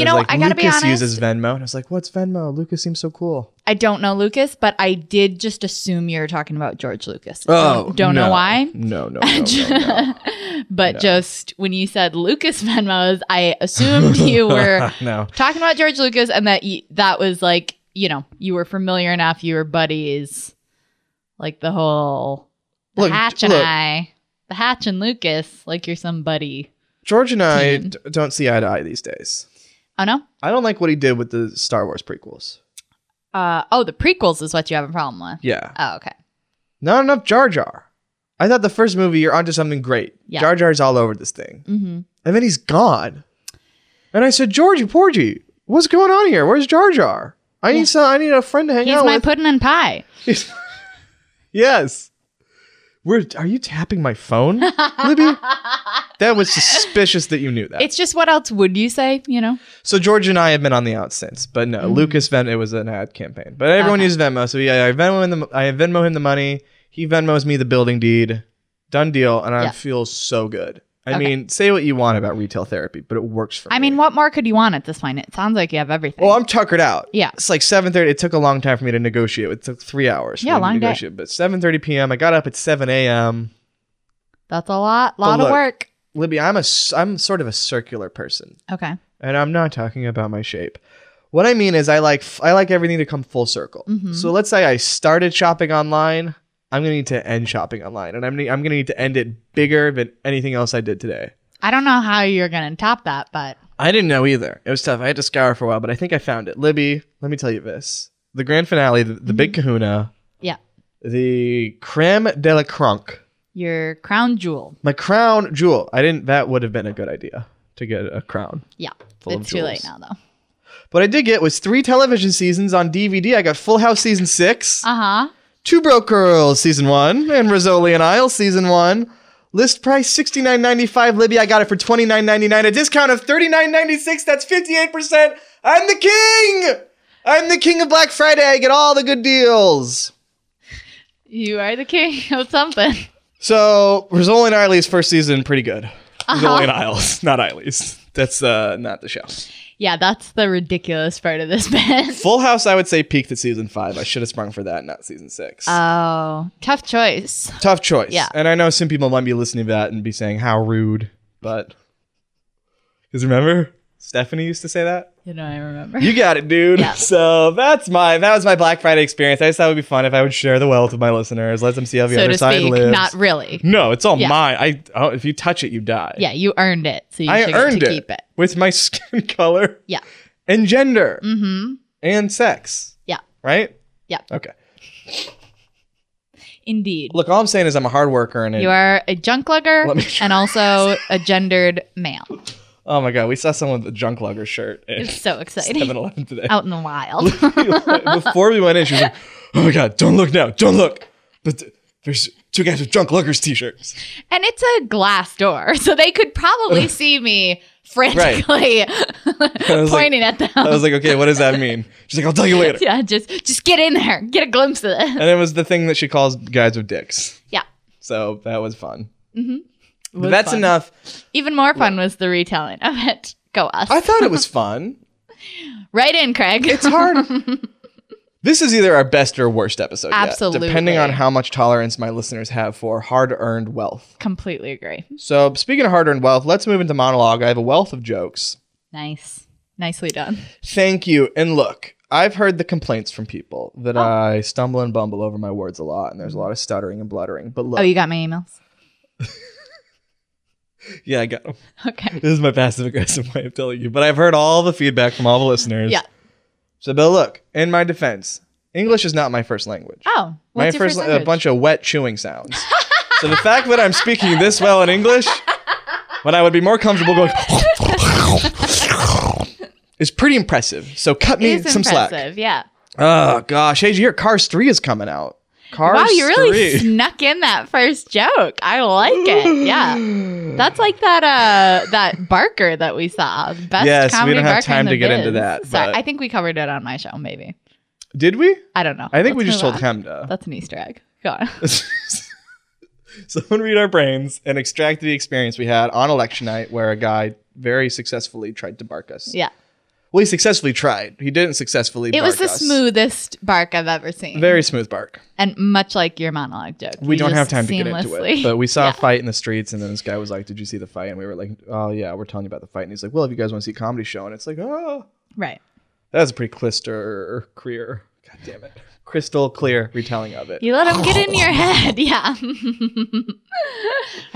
A: You
B: it was
A: know,
B: like,
A: I gotta be
B: Lucas
A: honest-
B: uses Venmo, and I was like, "What's Venmo? Lucas seems so cool."
A: I don't know Lucas, but I did just assume you were talking about George Lucas. don't, don't
B: Oh, no.
A: know why.
B: No, no, no, no, no.
A: but
B: No.
A: just when you said Lucas Venmos, I assumed you were
B: no.
A: talking about George Lucas and that you, that was like, you know, you were familiar enough, you were buddies. Like the whole the
B: Look,
A: Hatch and
B: look.
A: I, the Hatch and Lucas, like you're some buddy.
B: George and I
A: team.
B: d- don't see eye to eye these days.
A: Oh no?
B: I don't like what he did with the Star Wars prequels.
A: Uh, oh, the prequels is what you have a problem with.
B: Yeah.
A: Oh, okay.
B: Not enough Jar Jar. I thought the first movie, you're onto something great.
A: Yeah.
B: Jar Jar's all over this thing.
A: Mm-hmm.
B: And then he's gone. And I said, Georgie, Porgy, what's going on here? Where's Jar Jar? I need some, I need a friend to hang
A: He's
B: out
A: my
B: with.
A: pudding and pie.
B: He's- yes. We're, are you tapping my phone, Libby? that was suspicious that you knew that.
A: It's just what else would you say, you know?
B: So George and I have been on the out since, but no, Lucas Venmo. It was an ad campaign, but everyone
A: Mm-hmm. Okay.
B: uses Venmo. So yeah, I Venmo him the I Venmo him the money. He Venmos me the building deed. Done deal, and I
A: Yeah.
B: feel so good. I
A: Okay.
B: mean, say what you want about retail therapy, but it works for
A: I
B: me.
A: mean, what more could you want at this point? It sounds like you have everything.
B: well, I'm tuckered out.
A: Yeah.
B: it's like 7:30. It took a long time for me to negotiate. It took three hours. for
A: Yeah,
B: me to
A: long day.
B: negotiate, But 7:30 p.m. I got up at 7 a.m.
A: That's a lot, lot
B: look.
A: of work.
B: Libby, I'm a s- I'm sort of a circular person,
A: Okay.
B: and I'm not talking about my shape. What I mean is, I like f- I like everything to come full circle.
A: Mhm.
B: So let's say I started shopping online. I'm gonna need to end shopping online, and I'm gonna, I'm gonna need to end it bigger than anything else I did today.
A: I don't know how you're gonna top that, but
B: I didn't know either. It was tough. I had to scour for a while, but I think I found it. Libby, let me tell you this: the grand finale, the, the big Kahuna,
A: yeah,
B: the creme de la crunk,
A: your crown jewel.
B: my crown jewel. I didn't. That would have been a good idea to get a crown.
A: Yeah,
B: Full of
A: it's too late now
B: jewels.
A: though.
B: What I did get was three television seasons on DVD. I got Full House season six,
A: Uh huh.
B: Two Broke Girls season one, and Rizzoli and Isle season one. List price sixty nine ninety five. Libby, I got it for twenty nine ninety nine. A discount of thirty nine ninety six. That's fifty eight percent. I'm the king. I'm the king of Black Friday. I get all the good deals.
A: You are the king of something.
B: So Rizzoli and Isle's first season pretty good.
A: Uh-huh.
B: Rizzoli and Isles, not Isle's. That's uh, not the show.
A: Yeah, that's the ridiculous part of this bit.
B: Full House, I would say peaked at season five. I should have sprung for that, not season six.
A: Oh, tough choice.
B: Tough choice.
A: Yeah.
B: And I know some people might be listening to that and be saying, how rude, but. Because remember, Stephanie used to say that?
A: You know, I remember.
B: You got it, dude.
A: Yeah.
B: So that's my that was my Black Friday experience. I just thought it would be fun if I would share the wealth with my listeners, let them see how the
A: so
B: other
A: to
B: side
A: speak,
B: lives.
A: not really.
B: no, it's all
A: Yeah.
B: mine. I oh, if you touch it, you die.
A: Yeah, you earned it, so you
B: I
A: should
B: earned
A: get
B: it,
A: to keep it.
B: with my skin color.
A: Yeah.
B: And gender
A: Mm-hmm.
B: and sex.
A: Yeah.
B: Right?
A: Yeah.
B: Okay.
A: Indeed.
B: Look, all I'm saying is I'm a hard worker and it,
A: You are a junk lugger
B: Let me-
A: and also a gendered male.
B: oh my god, we saw someone with a junk lugger shirt at
A: It's so exciting. Oh.
B: 7-Eleven today.
A: Out in the wild.
B: before we went in, she was like, "Oh my god, don't look now, don't look." But th- there's two guys with drunk luggers t-shirts.
A: and it's a glass door, so they could probably see me frantically
B: was like-
A: pointing at them.
B: I was like, "Okay, what does that mean?" She's like, "I'll tell you later."
A: yeah, just just get in there. Get a glimpse of it.
B: And it was the thing that she calls guys with dicks.
A: Yeah.
B: So that was fun.
A: Mm-hmm. It was
B: But that's
A: fun.
B: enough.
A: Even more fun was the retelling of it. Go us.
B: I thought it was fun.
A: right in, Craig.
B: It's hard. this is either our best or worst episode. yet,
A: Absolutely.
B: depending on how much tolerance my listeners have for hard-earned wealth.
A: Completely agree.
B: So speaking of hard-earned wealth, let's move into monologue. I have a wealth of jokes.
A: Nice. Nicely done.
B: Thank you. And look, I've heard the complaints from people
A: Oh.
B: that I stumble and bumble over my words a lot, and there's a lot of stuttering and bluttering. But look,
A: Oh, you got my emails?
B: yeah, I got 'em.
A: Okay.
B: This is my passive aggressive way of telling you. But I've heard all the feedback from all the listeners.
A: Yeah.
B: So, Bill, look, in my defense, English is not my first language.
A: Oh,
B: my
A: what's your first,
B: la-
A: language?
B: a bunch of wet chewing sounds. so the fact that I'm speaking this well in English, when I would be more comfortable going, is pretty impressive. So cut me
A: It is
B: some slack.
A: impressive, Yeah.
B: Oh gosh, hey, your Cars Three is coming out. Cars
A: wow, you really
B: Three.
A: snuck in that first joke. I like it. Yeah. That's like that uh that Barker that we saw. Best
B: Yes, we
A: comedy
B: don't have
A: Barker in
B: time
A: the
B: to get
A: biz.
B: into that,
A: Sorry,
B: but-
A: I think we covered it on my show, maybe.
B: Did we?
A: I don't know.
B: I think we
A: Let's
B: just
A: move
B: told
A: on.
B: Hamda.
A: That's an Easter egg. Go on.
B: Someone read our brains and extract the experience we had on election night, where a guy very successfully tried to bark us.
A: Yeah.
B: Well, he successfully tried. He didn't successfully.
A: It
B: bark
A: was the
B: us.
A: smoothest bark I've ever seen.
B: very smooth bark.
A: and much like your monologue joke.
B: We
A: you
B: don't
A: just
B: have time to get into
A: seamlessly-
B: it, but we saw
A: Yeah.
B: a fight in the streets, and then this guy was like, "Did you see the fight?" And we were like, "Oh yeah, we're telling you about the fight." And he's like, "Well, if you guys want to see a comedy show," and it's like, "Oh."
A: right.
B: That was a pretty clister clear. God damn it. Crystal clear retelling of it.
A: You let them get in your head. Yeah. All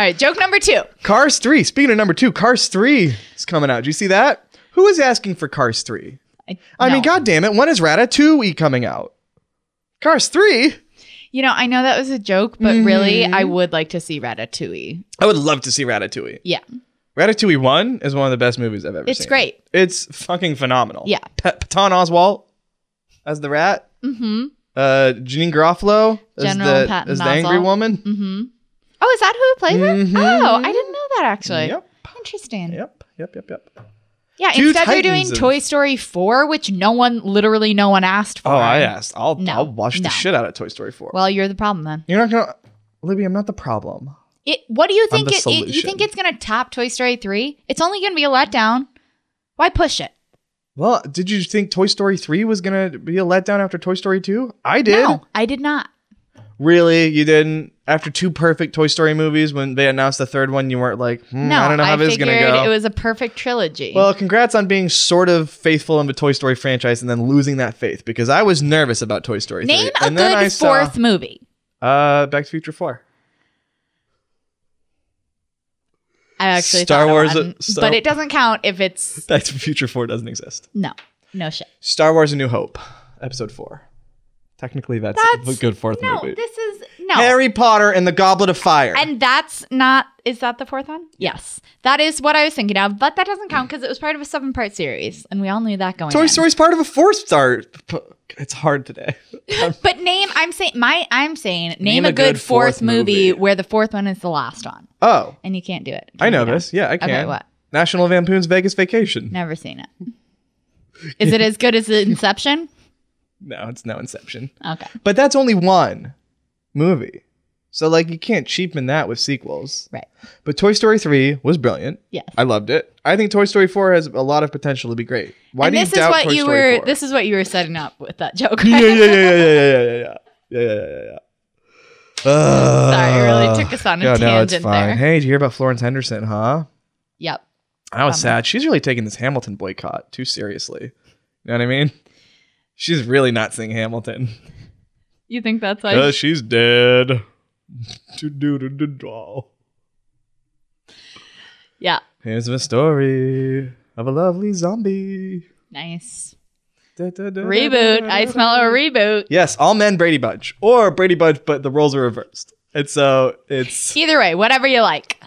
A: right, joke number 2.
B: Cars 3. Speaking of number two, Cars 3 is coming out. Do you see that? Who is asking for Cars 3? I mean,
A: no.
B: god damn it. When is Ratatouille coming out? Cars 3?
A: You know, I know that was a joke, but really,
B: Mm-hmm.
A: I would like to see Ratatouille.
B: I would love to see Ratatouille.
A: Yeah.
B: Ratatouille 1 is one of the best movies I've ever seen.
A: It's great.
B: It's fucking phenomenal.
A: Yeah.
B: P- Patton Oswalt as the rat.
A: Mm-hmm.
B: Uh, Janine Garofalo as
A: General
B: the,
A: Patton
B: as the angry
A: Oswalt.
B: woman.
A: Mm-hmm. Oh, is that who plays
B: Mhm.
A: it? Oh, I didn't know that actually.
B: Yep.
A: Interesting.
B: Yep. Yep. Yep. Yep.
A: Yeah.
B: Two
A: instead, they're doing
B: titans of-
A: Toy Story four, which no one, literally no one asked for.
B: Oh, I asked. I'll,
A: No,
B: I'll watch
A: no.
B: the shit out of Toy Story 4.
A: Well, you're the problem then.
B: You're not gonna, Libby. I'm not the problem.
A: It. What do you
B: I'm
A: think?
B: the
A: It, it- you
B: solution.
A: think it's gonna top Toy Story three? It's only gonna be a letdown. Why push it?
B: Well, did you think Toy Story three was gonna be a letdown after Toy Story two? I did.
A: No, I did not.
B: Really, you didn't? After two perfect Toy Story movies, when they announced the third one, you weren't like, hmm,
A: No,
B: I don't know how this is
A: figured
B: gonna go.
A: it was a perfect trilogy.
B: well, congrats on being sort of faithful in the Toy Story franchise and then losing that faith because I was nervous about Toy Story.
A: Name
B: 3.
A: a
B: and then I
A: good
B: saw-
A: fourth movie.
B: Uh, Back to the Future Four.
A: I actually
B: Star
A: thought of
B: Wars- uh,
A: one,
B: Star-
A: but it doesn't count if it's
B: Back to the Future Four doesn't exist.
A: no, no shit.
B: Star Wars: A New Hope, Episode Four. Technically, that's,
A: That's-
B: a good fourth
A: No,
B: movie.
A: this is no.
B: Harry Potter and the Goblet of Fire.
A: And that's not is that the fourth one? Yes. That is what I was thinking of, but that doesn't count because it was part of a seven part series and we all knew that going
B: Toy
A: in.
B: Story's part of a four star. It's hard today.
A: But name I'm saying my I'm saying name,
B: Name
A: a,
B: a
A: good,
B: good
A: fourth,
B: fourth
A: movie,
B: movie.
A: where the fourth one is the last one.
B: oh,
A: And you can't do it.
B: I
A: Can
B: know
A: you not?
B: this. Yeah, I can.
A: Okay, what?
B: National Lampoon's Vegas Vacation.
A: Never seen it. Is it as good as Inception?
B: No, it's no Inception.
A: Okay.
B: But that's only one movie. So like you can't cheapen that with sequels.
A: Right.
B: But Toy Story 3 was brilliant.
A: Yes.
B: I loved it. I think Toy Story 4 has a lot of potential to be great. Why
A: and
B: do you
A: this
B: doubt
A: is what
B: Toy
A: you
B: Story
A: were
B: 4?
A: this is what you were setting up with that joke.
B: yeah, yeah, yeah, yeah, yeah, yeah, yeah, yeah. Yeah, yeah, yeah, yeah. Uh,
A: Sorry, it really took us on a
B: God, no, it's
A: tangent
B: fine.
A: there.
B: Hey, did you hear about Florence Henderson, huh?
A: Yep.
B: I was
A: Bummer.
B: sad. She's really taking this Hamilton boycott too seriously. You know what I mean? She's really not seeing Hamilton.
A: You think that's why
B: Because she's dead. Do-do-do-do-do.
A: Yeah.
B: Here's the story of a lovely zombie.
A: Nice.
B: Reboot.
A: Reboot. I smell a reboot.
B: Yes, all men Brady Bunch. Or Brady Bunch, but the roles are reversed. And so it's
A: Either way, whatever you like.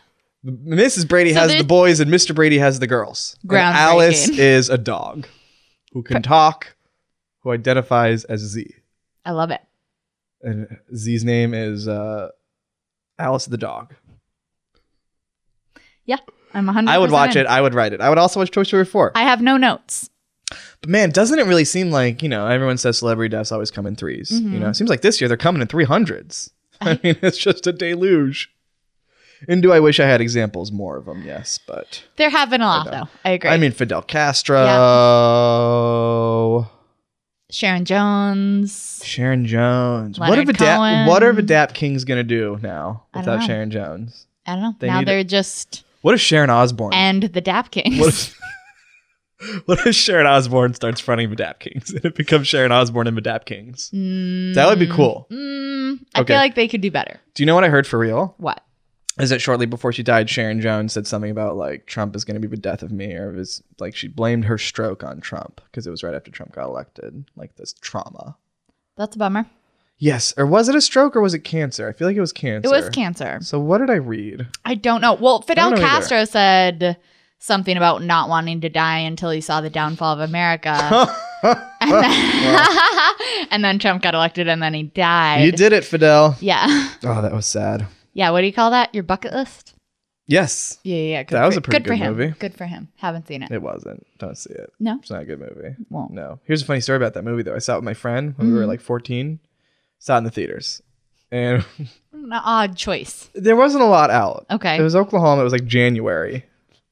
B: Mrs. Brady
A: So
B: has
A: there's-
B: the boys and Mr. Brady has the girls. And
A: Groundbreaking.
B: Alice is a dog who can talk, who identifies as Z.
A: I love it.
B: and Z's name is uh, Alice the dog.
A: I'm 100.
B: I would watch it. I would write it. I would also watch Toy Story 4.
A: I have no notes.
B: but man, doesn't it really seem like you know everyone says celebrity deaths always come in 3s
A: Mm-hmm.
B: You know, it seems like this year they're coming in three hundreds. I mean, it's just a deluge. And do I wish I had examples more of them? Yes, but
A: There have been a lot
B: know.
A: though. I agree.
B: I mean Fidel Castro,
A: Sharon Jones.
B: Sharon Jones. what are
A: Leonard
B: the da- what are the
A: Cohen.
B: Dap Kings gonna do now
A: I don't
B: without
A: know.
B: Sharon Jones?
A: I don't know.
B: They
A: now
B: need-
A: they're just
B: What if Sharon Osbourne?
A: and the Dap Kings.
B: What if, what if Sharon Osbourne starts fronting the Dap Kings and it becomes Sharon Osbourne and the Dap Kings?
A: Mm,
B: That would be cool.
A: Mm, I
B: Okay.
A: feel like they could do better.
B: Do you know what I heard for real?
A: What?
B: Is that shortly before she died, Sharon Jones said something about like Trump is going to be the death of me, or it was like she blamed her stroke on Trump because it was right after Trump got elected, like this trauma.
A: That's a bummer.
B: Yes, or was it a stroke or was it cancer? I feel like it was cancer.
A: It was cancer.
B: So what did I read?
A: I don't know. Well, Fidel
B: know either.
A: Castro said something about not wanting to die until he saw the downfall of America. and, then, and then Trump got elected and then he died.
B: you did it, Fidel.
A: Yeah.
B: Oh, that was sad.
A: Yeah. What do you call that? Your bucket list?
B: Yes,
A: Yeah, yeah. yeah. Good
B: That
A: for,
B: was a pretty
A: for
B: good
A: him.
B: movie.
A: Good for him. Haven't seen it.
B: it wasn't. Don't see it.
A: No?
B: it's not a good movie.
A: Won't.
B: No. Here's a funny story about that movie though. I saw it with my friend when we were
A: Mhm.
B: like 14. Saw it in the theaters, and
A: An odd choice.
B: there wasn't a lot out.
A: Okay.
B: It was Oklahoma. It was like January.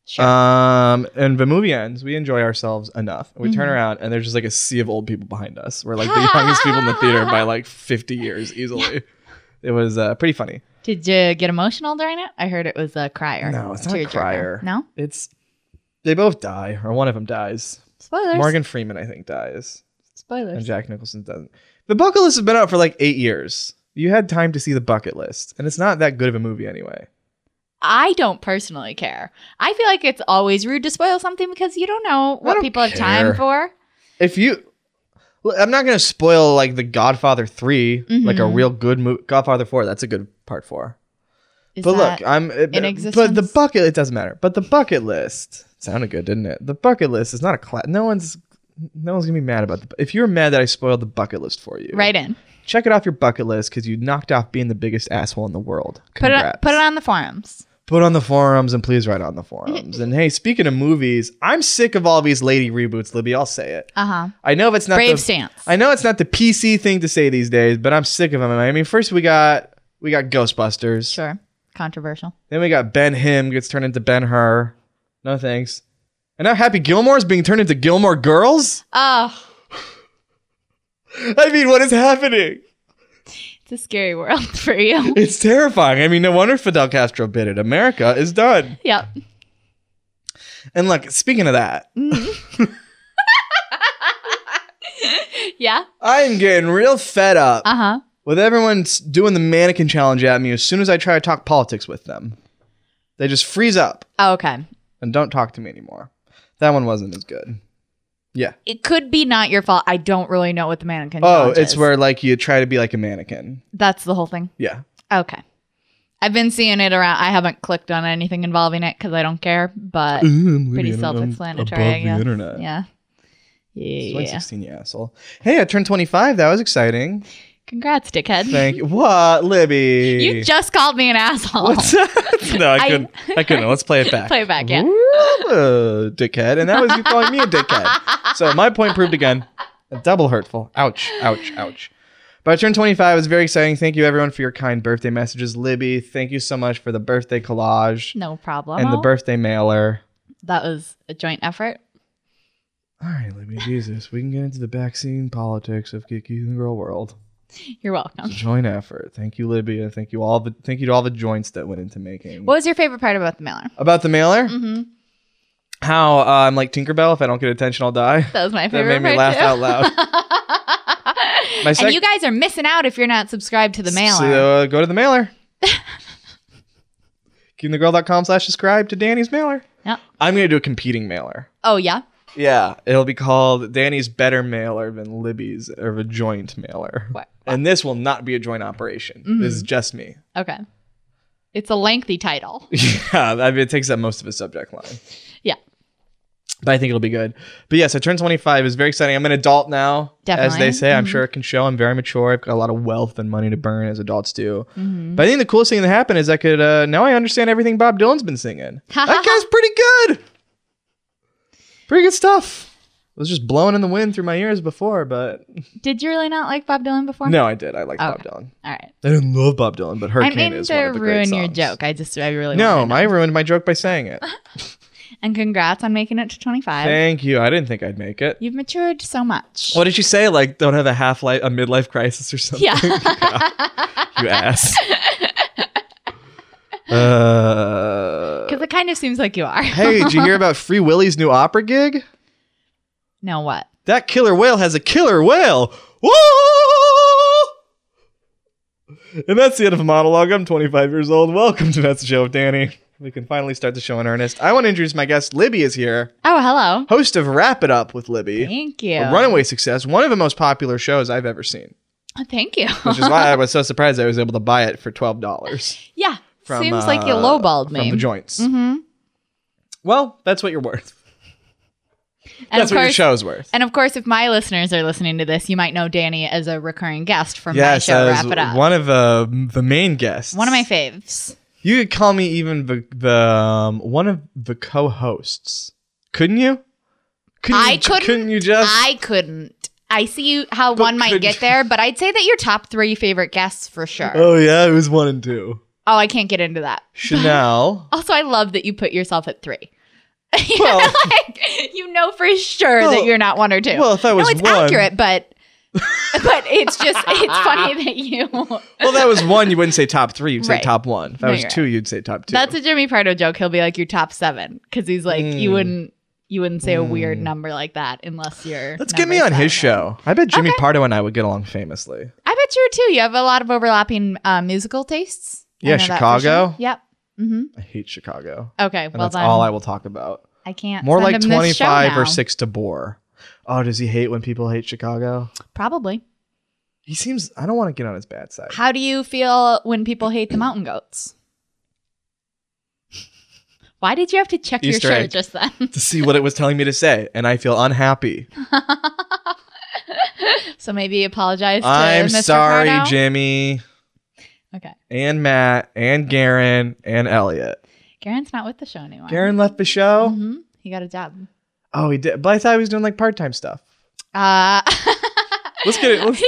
A: Sure.
B: Um, and the movie ends. We enjoy ourselves enough. We turn around, and there's just like a sea of old people behind us. We're like the youngest people in the theater by like 50 years easily. It was uh, pretty funny.
A: Did you get emotional during it? I heard it was a crier.
B: No, it's not a
A: Tearjerker.
B: crier.
A: No?
B: It's they both die, or one of them dies.
A: Spoilers.
B: Morgan Freeman, I think, dies. and
A: Spoilers.
B: Jack Nicholson doesn't. The bucket list has been out for like eight years. You had time to see the bucket list, and it's not that good of a movie anyway.
A: I don't personally care. I feel like it's always rude to spoil something because you don't know what
B: don't
A: people have time
B: care.
A: for.
B: If you, Well, I'm not gonna spoil like the Godfather 3 like a
A: Mhm.
B: real good movie. Godfather four, that's a good part four.
A: Is
B: but
A: that-
B: look, I'm it,
A: in
B: but the
A: existence?
B: bucket it doesn't matter. But the bucket list sounded good, didn't it? The bucket list is not a class. No one's no one's gonna be mad about the. If you're mad that I spoiled the bucket list for you,
A: write in.
B: Check it off your bucket list because you knocked off being the biggest asshole in the world.
A: Put
B: Congrats.
A: it put it on the forums.
B: put on the forums and please write on the forums. and hey, speaking of movies, I'm sick of all these lady reboots, Libby. I'll say it.
A: Uh huh.
B: I know it's not
A: Brave
B: the,
A: stance.
B: I know it's not the PC thing to say these days, but I'm sick of them. I mean, first we got we got Ghostbusters.
A: sure. Controversial.
B: Then we got Ben Him gets turned into Ben Hur. No thanks. And now Happy Gilmore's being turned into Gilmore Girls?
A: Oh,
B: I mean, what is happening?
A: It's a scary world for you.
B: It's terrifying. I mean, no wonder Fidel Castro bid it. America is done.
A: yep.
B: And look, speaking of that,
A: Mhm. yeah.
B: I'm getting real fed up
A: Uh huh.
B: with everyone s- doing the mannequin challenge at me as soon as I try to talk politics with them. They just freeze up
A: Oh, okay.
B: and don't talk to me anymore. That one wasn't as good.
A: It could be not your fault. I don't really know what the mannequin.
B: Oh,
A: challenge
B: it's
A: is.
B: where like you try to be like a mannequin.
A: That's the whole thing.
B: Yeah.
A: Okay. I've been seeing it around. I haven't clicked on anything involving it because I don't care. But Uh,
B: Mm.
A: pretty self-explanatory, I guess.
B: internet.
A: yeah,
B: It's
A: yeah.
B: 116, you asshole. Hey, I turned 25. That was exciting.
A: Congrats, dickhead.
B: Thank you. What, Libby?
A: You just called me an asshole.
B: What's that? no, I
A: I-
B: couldn't. I, couldn't. Let's play it back.
A: Play it back, yeah.
B: Woo, dickhead. And that was you calling me a dickhead. So my point proved again. Double hurtful. Ouch, ouch, ouch. But I turned 25. It was very exciting. Thank you, everyone, for your kind birthday messages. Libby, thank you so much for the birthday collage
A: No problem.
B: and the birthday mailer.
A: that was a joint effort.
B: All right, Libby, Jesus, we can get into the backseat politics of Geeky and the Girl World.
A: You're welcome.
B: It's a joint effort. Thank you, Libby, and thank you all the thank you to all the joints that went into making.
A: What was your favorite part about the mailer?
B: About the mailer,
A: Mm-hmm.
B: how uh, I'm like Tinkerbell. If I don't get attention, I'll die.
A: That was my
B: That
A: favorite.
B: made me
A: part
B: laugh out loud.
A: loud.
B: My sec-
A: and you guys are missing out if you're not subscribed to the mailer.
B: So uh, go to the mailer. KeepingTheGirl.com slash subscribe to Danny's mailer.
A: Yep.
B: I'm going to do a competing mailer.
A: oh yeah.
B: Yeah. It'll be called Danny's Better Mailer than Libby's or a joint mailer.
A: What? Mm.
B: And this will not be a joint operation. This is just me.
A: Okay. It's a lengthy title.
B: yeah. I mean, it takes up most of the subject line.
A: Yeah.
B: But I think it'll be good. But yes, I turned 25. It's very exciting. I'm an adult now. As
A: Definitely. Mm-hmm.
B: they say, I'm sure it can show. I'm very mature. I've got a lot of wealth and money to burn as adults do.
A: Mhm.
B: But I think the coolest thing that happened is I could uh, now I understand everything Bob Dylan's been singing. that guy's pretty good. Pretty good stuff. It was just blowing in the wind through my ears before, but
A: Did you really not like Bob Dylan before?
B: no, I did. I liked Bob
A: Okay.
B: Dylan.
A: All right.
B: I didn't love Bob Dylan, but
A: I
B: Hurricane
A: didn't mean
B: is
A: to
B: one of the great
A: ruin your
B: songs.
A: joke. I just I really wanted
B: No,
A: to
B: I
A: know.
B: ruined my joke by saying it.
A: and congrats on making it to 25.
B: Thank you. I didn't think I'd make it.
A: You've matured so much.
B: What did you say? Like, don't have a half life, a midlife crisis or something?
A: Yeah.
B: you ass. Uh,
A: Because it kind of seems like you are.
B: hey, did you hear about Free Willy's new opera gig?
A: no, what?
B: That killer whale has a killer whale. Woo! And that's the end of a monologue. I'm 25 years old. Welcome to That's the Show with Danny. We can finally start the show in earnest. I want to introduce my guest. Libby is here,
A: Oh, hello.
B: host of Wrap It Up with Libby,
A: Thank you.
B: a runaway success, one of the most popular shows I've ever seen,
A: Thank you.
B: which is why I was so surprised I was able to buy it for $12.
A: yeah.
B: From,
A: seems like you
B: uh,
A: lowballed me.
B: From the joints.
A: hmm
B: Well, that's what you're worth.
A: And
B: that's
A: of
B: what your
A: course,
B: show's worth.
A: and of course, if my listeners are listening to this, you might know Danny as a recurring guest from my show.
B: as
A: Wrap it up. One,
B: one of the, the main guests.
A: of my faves.
B: You could call me even the the um, one of the co-hosts, couldn't you? Couldn't
A: I
B: you,
A: couldn't.
B: Couldn't you just?
A: I couldn't. I see you how one might
B: could-
A: get there, but I'd say that your top three favorite guests for sure.
B: oh yeah, it was one and two.
A: oh, I can't get into that.
B: Chanel.
A: Also, I love that you put yourself at three. You know,
B: Well-
A: like, you know for sure
B: Well-
A: that you're not one or two.
B: well, if I was
A: no, it's
B: one,
A: accurate, but but it's just it's funny that you.
B: well, that was one. You wouldn't say top three. You'd say
A: Right.
B: top one. If that
A: No,
B: was
A: you're
B: two, you'd say top two.
A: That's a Jimmy Pardo joke. He'll be like your top seven because he's like you
B: Mm.
A: wouldn't you wouldn't say a weird
B: Mm.
A: number like that unless you're.
B: Let's get me on
A: number
B: his
A: seven.
B: show. I bet Jimmy
A: Okay.
B: Pardo and I would get along famously.
A: I bet you too. You have a lot of overlapping uh, musical tastes. I
B: Yeah,
A: know that for
B: Chicago.
A: sure. Yep. hmm
B: I hate Chicago,
A: Okay.
B: and
A: well
B: that's
A: then,
B: all I
A: I,
B: will talk about.
A: can't.
B: More
A: send
B: like
A: him this show
B: twenty-five or
A: now.
B: six to bore. Oh, does he hate when people hate Chicago?
A: Probably.
B: He seems. I don't want to get on his bad side.
A: How do you feel when people hate the mountain goats? Why did you have to check
B: Easter
A: your shirt
B: egg.
A: just then?
B: to see what it was telling me to say, and I feel unhappy.
A: so maybe apologize to
B: I'm
A: Mr.
B: sorry,
A: Cardo?
B: Jimmy
A: Okay.
B: and Matt and Garen and Elliot.
A: Garen's not with the show anymore.
B: Garen left the show.
A: hmm He got a job.
B: Oh, he did, but I thought he was doing like part time stuff.
A: Uh,
B: Let's get it. Let's,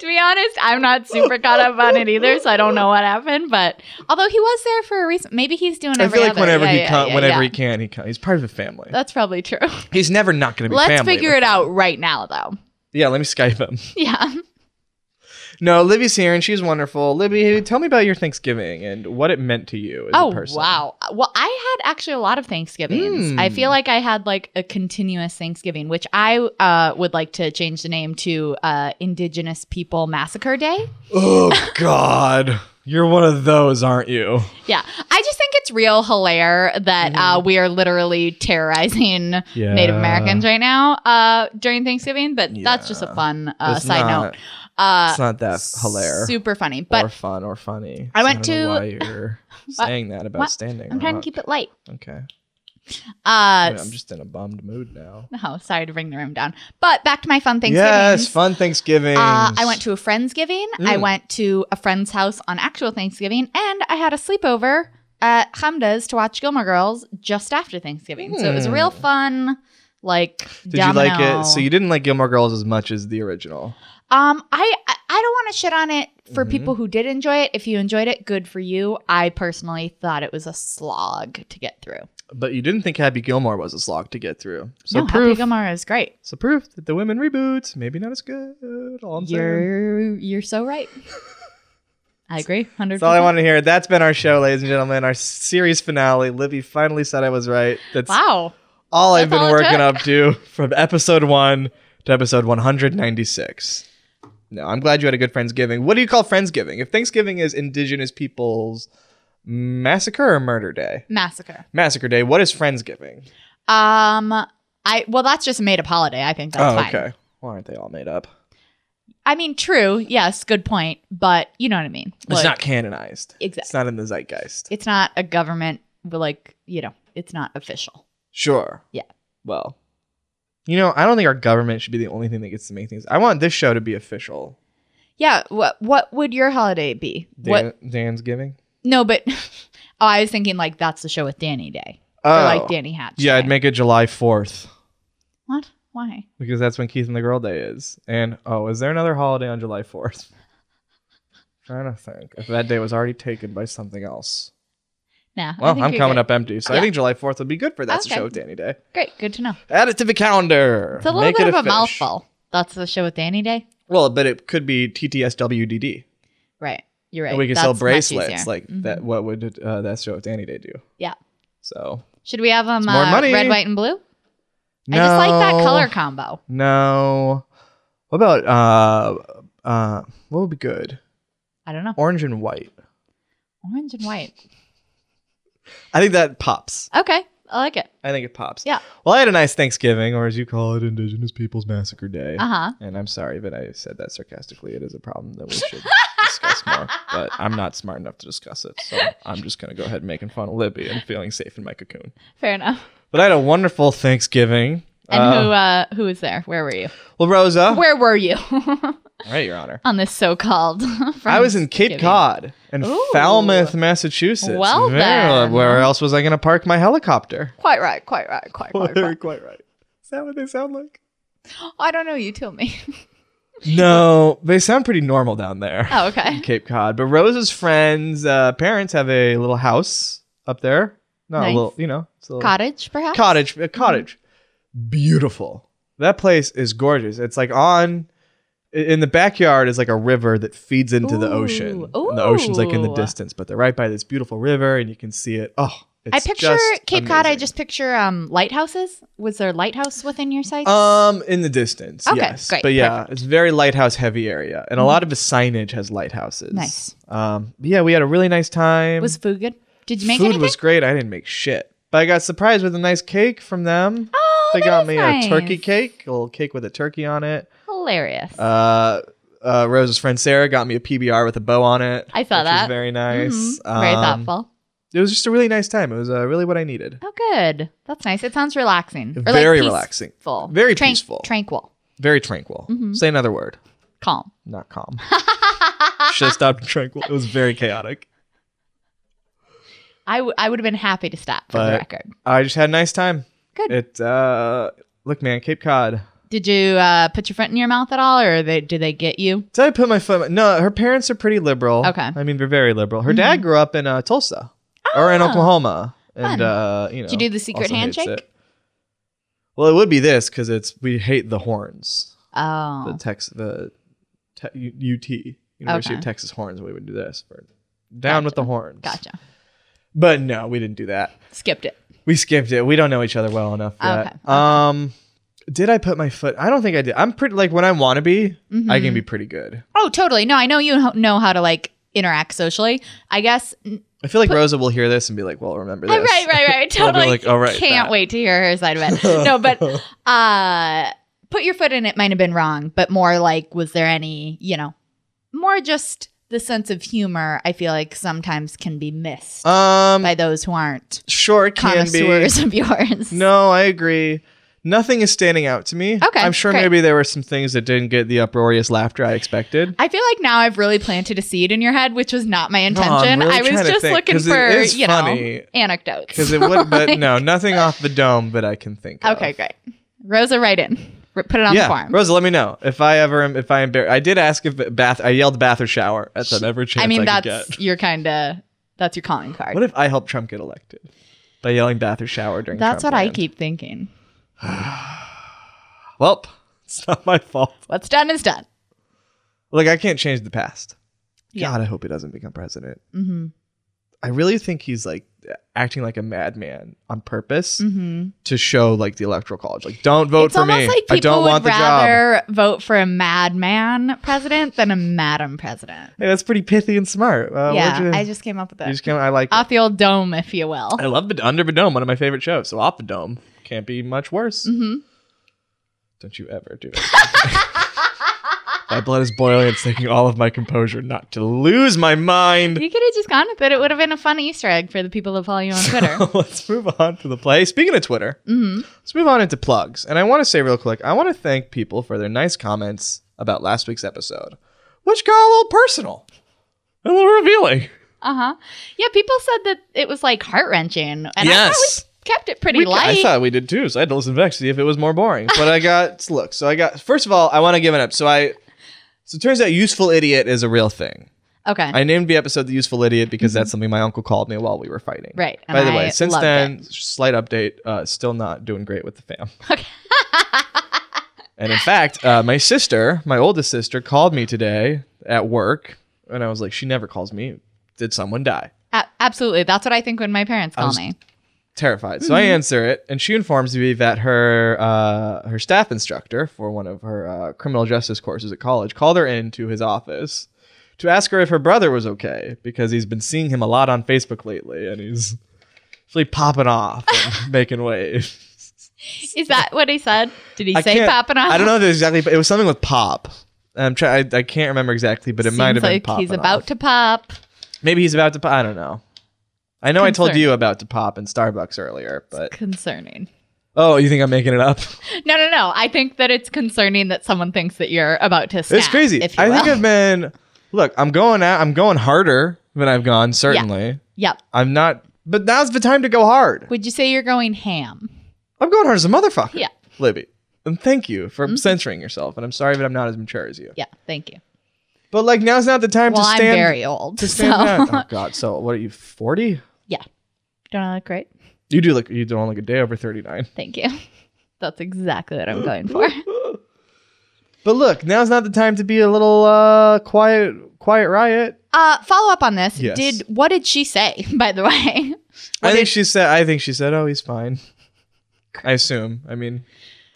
A: to be honest, I'm not super caught up on it either, so I don't know what happened. But although he was there for a reason, maybe he's doing.
B: I
A: every
B: feel like
A: other-
B: whenever
A: yeah,
B: he
A: yeah,
B: come,
A: yeah,
B: whenever
A: yeah.
B: he can, he come. He's part of the family.
A: That's probably true.
B: he's never not going to be.
A: Let's
B: family
A: figure
B: with
A: it
B: them.
A: out right now, though.
B: Yeah, let me Skype him.
A: Yeah.
B: No, Libby's here and she's wonderful. Libby, tell me about your Thanksgiving and what it meant to you as a
A: Oh
B: person.
A: wow! Well, I had actually a lot of Thanksgivings.
B: Mm.
A: I feel like I had like a continuous Thanksgiving, which I uh, would like to change the name to uh, Indigenous People Massacre Day.
B: Oh God, you're one of those, aren't you?
A: Yeah, I just think it's real hilarious that uh, we are literally terrorizing
B: Yeah.
A: Native Americans right now uh, during Thanksgiving. But that's just a
B: Yeah.
A: fun uh,
B: It's
A: side
B: not-
A: note. Uh,
B: it's not that hilarious
A: Super funny,
B: or
A: but
B: fun or funny.
A: I
B: So
A: went
B: don't know
A: to-
B: why you're saying that about
A: What?
B: standing.
A: I'm
B: or
A: trying to
B: not.
A: keep it light.
B: Okay,
A: Uh,
B: I'm just in a bummed mood now.
A: oh, sorry to bring the room down. But back to my fun Thanksgiving.
B: Yes, fun Thanksgiving.
A: Uh, I went to a friendsgiving. I
B: Mm.
A: went to a friend's house on actual Thanksgiving, and I had a sleepover at Hamda's to watch Gilmore Girls just after Thanksgiving. So it was a real fun, like.
B: Hmm. Did you like it? So you didn't like Gilmore Girls as much as the original.
A: Um, I I I don't want to shit on it for
B: Mhm.
A: people who did enjoy it. If you enjoyed it, good for you. I personally thought it was a slog to get through.
B: But you didn't think Happy Gilmore was a slog to get through. So
A: no, Happy
B: proof.
A: Gilmore is great.
B: so proof that the women reboots maybe not as good. All I'm saying.
A: You're you're so right. I agree, hundred.
B: That's all I wanted to hear. That's been our show, ladies and gentlemen. Our series finale. Libby finally said I was right. That's
A: Wow.
B: all I've
A: That's
B: been
A: all it
B: working
A: took.
B: up to from episode one to episode 196. No, I'm glad you had a good Friendsgiving. What do you call Friendsgiving? If Thanksgiving is Indigenous Peoples Massacre or Murder Day?
A: Massacre.
B: Massacre Day. What is Friendsgiving?
A: Um, I well, that's just a made up holiday. I think that's
B: oh,
A: fine.
B: okay. Why aren't they all made up?
A: I mean, true. Yes, good point. But you know what I mean.
B: it's
A: Like,
B: not canonized. It's
A: exactly.
B: not in the zeitgeist.
A: It's not a government. but, Like you know, it's not official.
B: Sure.
A: Yeah.
B: Well, you know, I don't think our government should be the only thing that gets to make things. I want this show to be official.
A: Yeah. What What would your holiday be? What?
B: Dan- Dan's giving.
A: No, but oh, I was thinking like that's the show with Danny Day
B: Oh,
A: or like Danny Hatch.
B: yeah. I'd
A: Day.
B: make it July fourth.
A: What? Why?
B: because that's when Keith and the Girl Day is. And oh, is there another holiday on July 4th? trying to think if that day was already taken by something else.
A: Nah. I
B: Well,
A: think
B: I'm
A: you're
B: coming
A: good.
B: up empty, so I
A: Yeah.
B: think July 4th would be good for that
A: Okay.
B: show with Danny Day.
A: Great. Good to know.
B: Add it to the calendar.
A: It's a little
B: Make
A: bit of
B: it
A: a
B: fish.
A: mouthful. That's the show with Danny Day.
B: Well, but it could be TTSWDD.
A: Right. You're right.
B: And we could
A: That's
B: sell
A: much easier.
B: bracelets. Like
A: Mhm.
B: that. what would uh, that show with Danny Day do?
A: Yeah.
B: So
A: Should we have them
B: It's more
A: uh,
B: money.
A: red, white, and blue? I just like that
B: No.
A: color combo.
B: No. What about uh uh what would be good?
A: I don't know.
B: Orange and white.
A: Orange and white.
B: I think that pops.
A: Okay. I like it.
B: I think it pops.
A: Yeah.
B: Well, I had a nice Thanksgiving, or as you call it, Indigenous Peoples Massacre Day.
A: Uh huh.
B: And I'm sorry, but I said that sarcastically. It is a problem that we should discuss more, but I'm not smart enough to discuss it. So I'm just going to go ahead and making fun of Libby and feeling safe in my cocoon.
A: Fair enough.
B: But I had a wonderful Thanksgiving.
A: And
B: Uh, oh.
A: who uh who was there? Where were you?
B: well, Rosa.
A: Where were you
B: right, Your Honor.
A: on this so-called?
B: I was in Cape
A: Friendsgiving?
B: Cod in
A: Ooh.
B: Falmouth, Massachusetts.
A: Well
B: There-
A: then.
B: Where else was I going to park my helicopter?
A: Quite right. Quite right. Quite right.
B: You're
A: quite.
B: quite right. Is that what they sound like?
A: I don't know. You tell me.
B: No, they sound pretty normal down there.
A: Oh, okay.
B: in Cape Cod. But Rose's friends' uh, parents have a little house up there. No,
A: Nice.
B: a little, you know, it's a little
A: Cottage, perhaps.
B: cottage. A
A: Mm-hmm.
B: cottage. Beautiful. That place is gorgeous. It's like on i- in the backyard is like a river that feeds into the ocean.
A: Ooh.
B: And the ocean's like in the
A: Ooh.
B: distance, but they're right by this beautiful river, and you can see it. Oh, it's
A: I picture
B: just
A: Cape Cod. I
B: amazing.
A: just picture um lighthouses. Was there a lighthouse within your sights?
B: Um, in the distance.
A: Okay,
B: yes.
A: great, Mm-hmm.
B: But yeah, it's very lighthouse heavy area, and a lot of the signage has lighthouses.
A: Nice.
B: Um, but yeah, we had a really nice time.
A: was food good? Did you make
B: Food
A: anything?
B: was great. I didn't make shit, but I got surprised with a nice cake from them.
A: oh,
B: they
A: that
B: got
A: is
B: me
A: nice.
B: a turkey cake, a little cake with a turkey on it.
A: Hilarious.
B: Uh, uh, Rose's friend Sarah got me a PBR with a bow on it.
A: I saw
B: which
A: that.
B: Was very nice.
A: Mhm. Very
B: Um,
A: thoughtful.
B: It was just a really nice time. It was uh, really what I needed.
A: Oh, good. That's nice. It sounds relaxing. Or, like,
B: Very
A: peaceful.
B: relaxing. Very
A: Tran-
B: peaceful.
A: Tranquil.
B: Very tranquil.
A: Mhm.
B: Say another word.
A: Calm.
B: not calm. Should have stopped tranquil. It was very chaotic.
A: I, w- I would have been happy to stop for the
B: But-
A: record.
B: I just had a nice time.
A: Good.
B: It uh look man, Cape Cod.
A: Did you uh, put your foot in your mouth at all, or they, did they get you?
B: Did I put my foot no, her parents are pretty liberal.
A: Okay. Mm-hmm.
B: I mean they're very liberal. Her dad grew up in uh, Tulsa. Or in
A: Ah.
B: Oklahoma.
A: Fun.
B: And uh, you know
A: Did you do the secret
B: also hates
A: handshake?
B: it. Well, it would be this because it's we hate the horns.
A: Oh,
B: The Tex the te- U- UT. University of
A: Okay.
B: Texas horns. We would do this for down with the horns.
A: Gotcha.
B: But no, we didn't do that.
A: Skipped it.
B: We skipped it. We don't know each other well enough yet.
A: Oh, Okay, okay.
B: Um, did I put my foot? I don't think I did. I'm pretty like when I want to be, I can be pretty good.
A: Mm-hmm. Oh, totally. No, I know you ho- know how to like interact socially. I guess. n-
B: I feel like Rosa will hear this and be like, "Well, remember this."
A: Oh, Right, right, right.
B: I'll be
A: Totally.
B: like, "All right,
A: Can't
B: that."
A: wait to hear her side of it. No, but uh, put your foot in it might have been wrong, but more like, was there any, you know, more just the sense of humor I feel like sometimes can be missed
B: Um,
A: by those who aren't
B: sure can be.
A: connoisseurs of yours.
B: No, I agree. Nothing is standing out to me.
A: Okay,
B: I'm sure
A: great.
B: maybe there were some things that didn't get the uproarious laughter I expected.
A: I feel like now I've really planted a seed in your head, which was not my intention.
B: really
A: I was
B: trying to
A: just
B: think,
A: looking
B: 'cause it
A: for,
B: is
A: you
B: funny.
A: know, anecdotes.
B: Because it would, but no, nothing off the dome that I can think of.
A: Okay, great. Rosa, write in. R- Put it on the
B: Yeah,
A: form.
B: Rosa, let me know if I ever am, if I embarrassed. I did ask if bath. I yelled bath or shower at that every chance
A: I
B: I
A: mean,
B: could
A: that's
B: get.
A: your kind of that's your calling card.
B: What if I helped Trump get elected by yelling bath or shower during?
A: that's
B: Trump
A: what I
B: land?
A: keep thinking.
B: Welp, it's not my fault.
A: What's done is done.
B: Like I can't change the past.
A: Yeah.
B: God, I hope he doesn't become president.
A: Mm-hmm.
B: I really think he's like acting like a madman on purpose
A: Mm-hmm.
B: to show like the electoral college, like don't vote
A: it's
B: for
A: almost
B: me.
A: like people
B: I don't
A: would
B: want the job.
A: rather vote for a madman president than a madam president.
B: Hey, that's pretty pithy and smart. Uh,
A: yeah,
B: what'd you,
A: I just came up with
B: you
A: that.
B: just came. I like. it.
A: Off the old dome, if you will.
B: I love Bed- Under the Dome, one of my favorite shows. So off the dome can't be much worse.
A: hmm
B: Don't you ever do it. my blood is boiling. It's taking all of my composure not to lose my mind.
A: You could have just gone with it. It would have been a fun Easter egg for the people that follow you on Twitter.
B: Let's move on to the play. Speaking of Twitter,
A: Mhm.
B: let's move on into plugs. And I want to say real quick, I want to thank people for their nice comments about last week's episode, which got a little personal, a little revealing.
A: Uh huh. Yeah, people said that it was like heart wrenching, and I
B: Yes.
A: thought we kept it pretty
B: We-
A: light.
B: I thought we did too, so I had to listen back to see if it was more boring. But I got look. So I got first of all, I want to give it up. So I so it turns out useful idiot is a real thing.
A: okay.
B: I named the episode the useful idiot because that's something my uncle called me while we were fighting.
A: Mm-hmm. Right, and
B: By the
A: I
B: way, since
A: loved
B: then, slight update. Uh, still not doing great with the fam. and in fact, uh, my sister, my oldest sister, called me today at work, and I was like, she never calls me. Did someone die?
A: A- absolutely. That's what I think when my parents call me.
B: terrified. So I
A: Mm-hmm.
B: answer it, and she informs me that her uh, her staff instructor for one of her uh, criminal justice courses at college called her into his office to ask her if her brother was okay because he's been seeing him a lot on Facebook lately, and he's really popping off and making waves.
A: Is that what he said? Did he
B: I
A: say
B: can't-
A: popping off?
B: I don't know if it was exactly, but it was something with pop. I'm trying. I can't remember exactly, but it might
A: Seems
B: have been
A: like
B: popping
A: he's about
B: off.
A: to pop.
B: Maybe he's about to. Pop, I don't know. I know I told
A: Concerned.
B: you about to pop in Starbucks earlier, but
A: Concerning.
B: oh, you think I'm making it up?
A: No, no, no. I think that it's concerning that someone thinks that you're about to snap.
B: It's crazy.
A: If you
B: I think
A: will.
B: I've been look, I'm going out I'm going harder than I've gone, certainly.
A: Yep.
B: I'm not but now's the time to go hard.
A: Would you say you're going ham?
B: I'm going hard as a motherfucker.
A: Yeah. Mm-hmm.
B: Libby. And thank you for censoring yourself. And I'm sorry that I'm not as mature as you.
A: Yeah. Thank you.
B: But like now's not the time
A: Well,
B: to
A: I'm
B: stand.
A: very old.
B: to
A: So
B: stand down. Oh god. So what are you, forty?
A: yeah. Don't I look great?
B: You do look you don't look a day over thirty nine.
A: Thank you. That's exactly what I'm going for.
B: But look, now's not the time to be a little uh quiet quiet riot.
A: Uh, follow up on this.
B: Yes.
A: Did what did she say? By the way,
B: I
A: What
B: think
A: did-
B: she said. I think she said, "Oh, he's fine." I assume. I mean,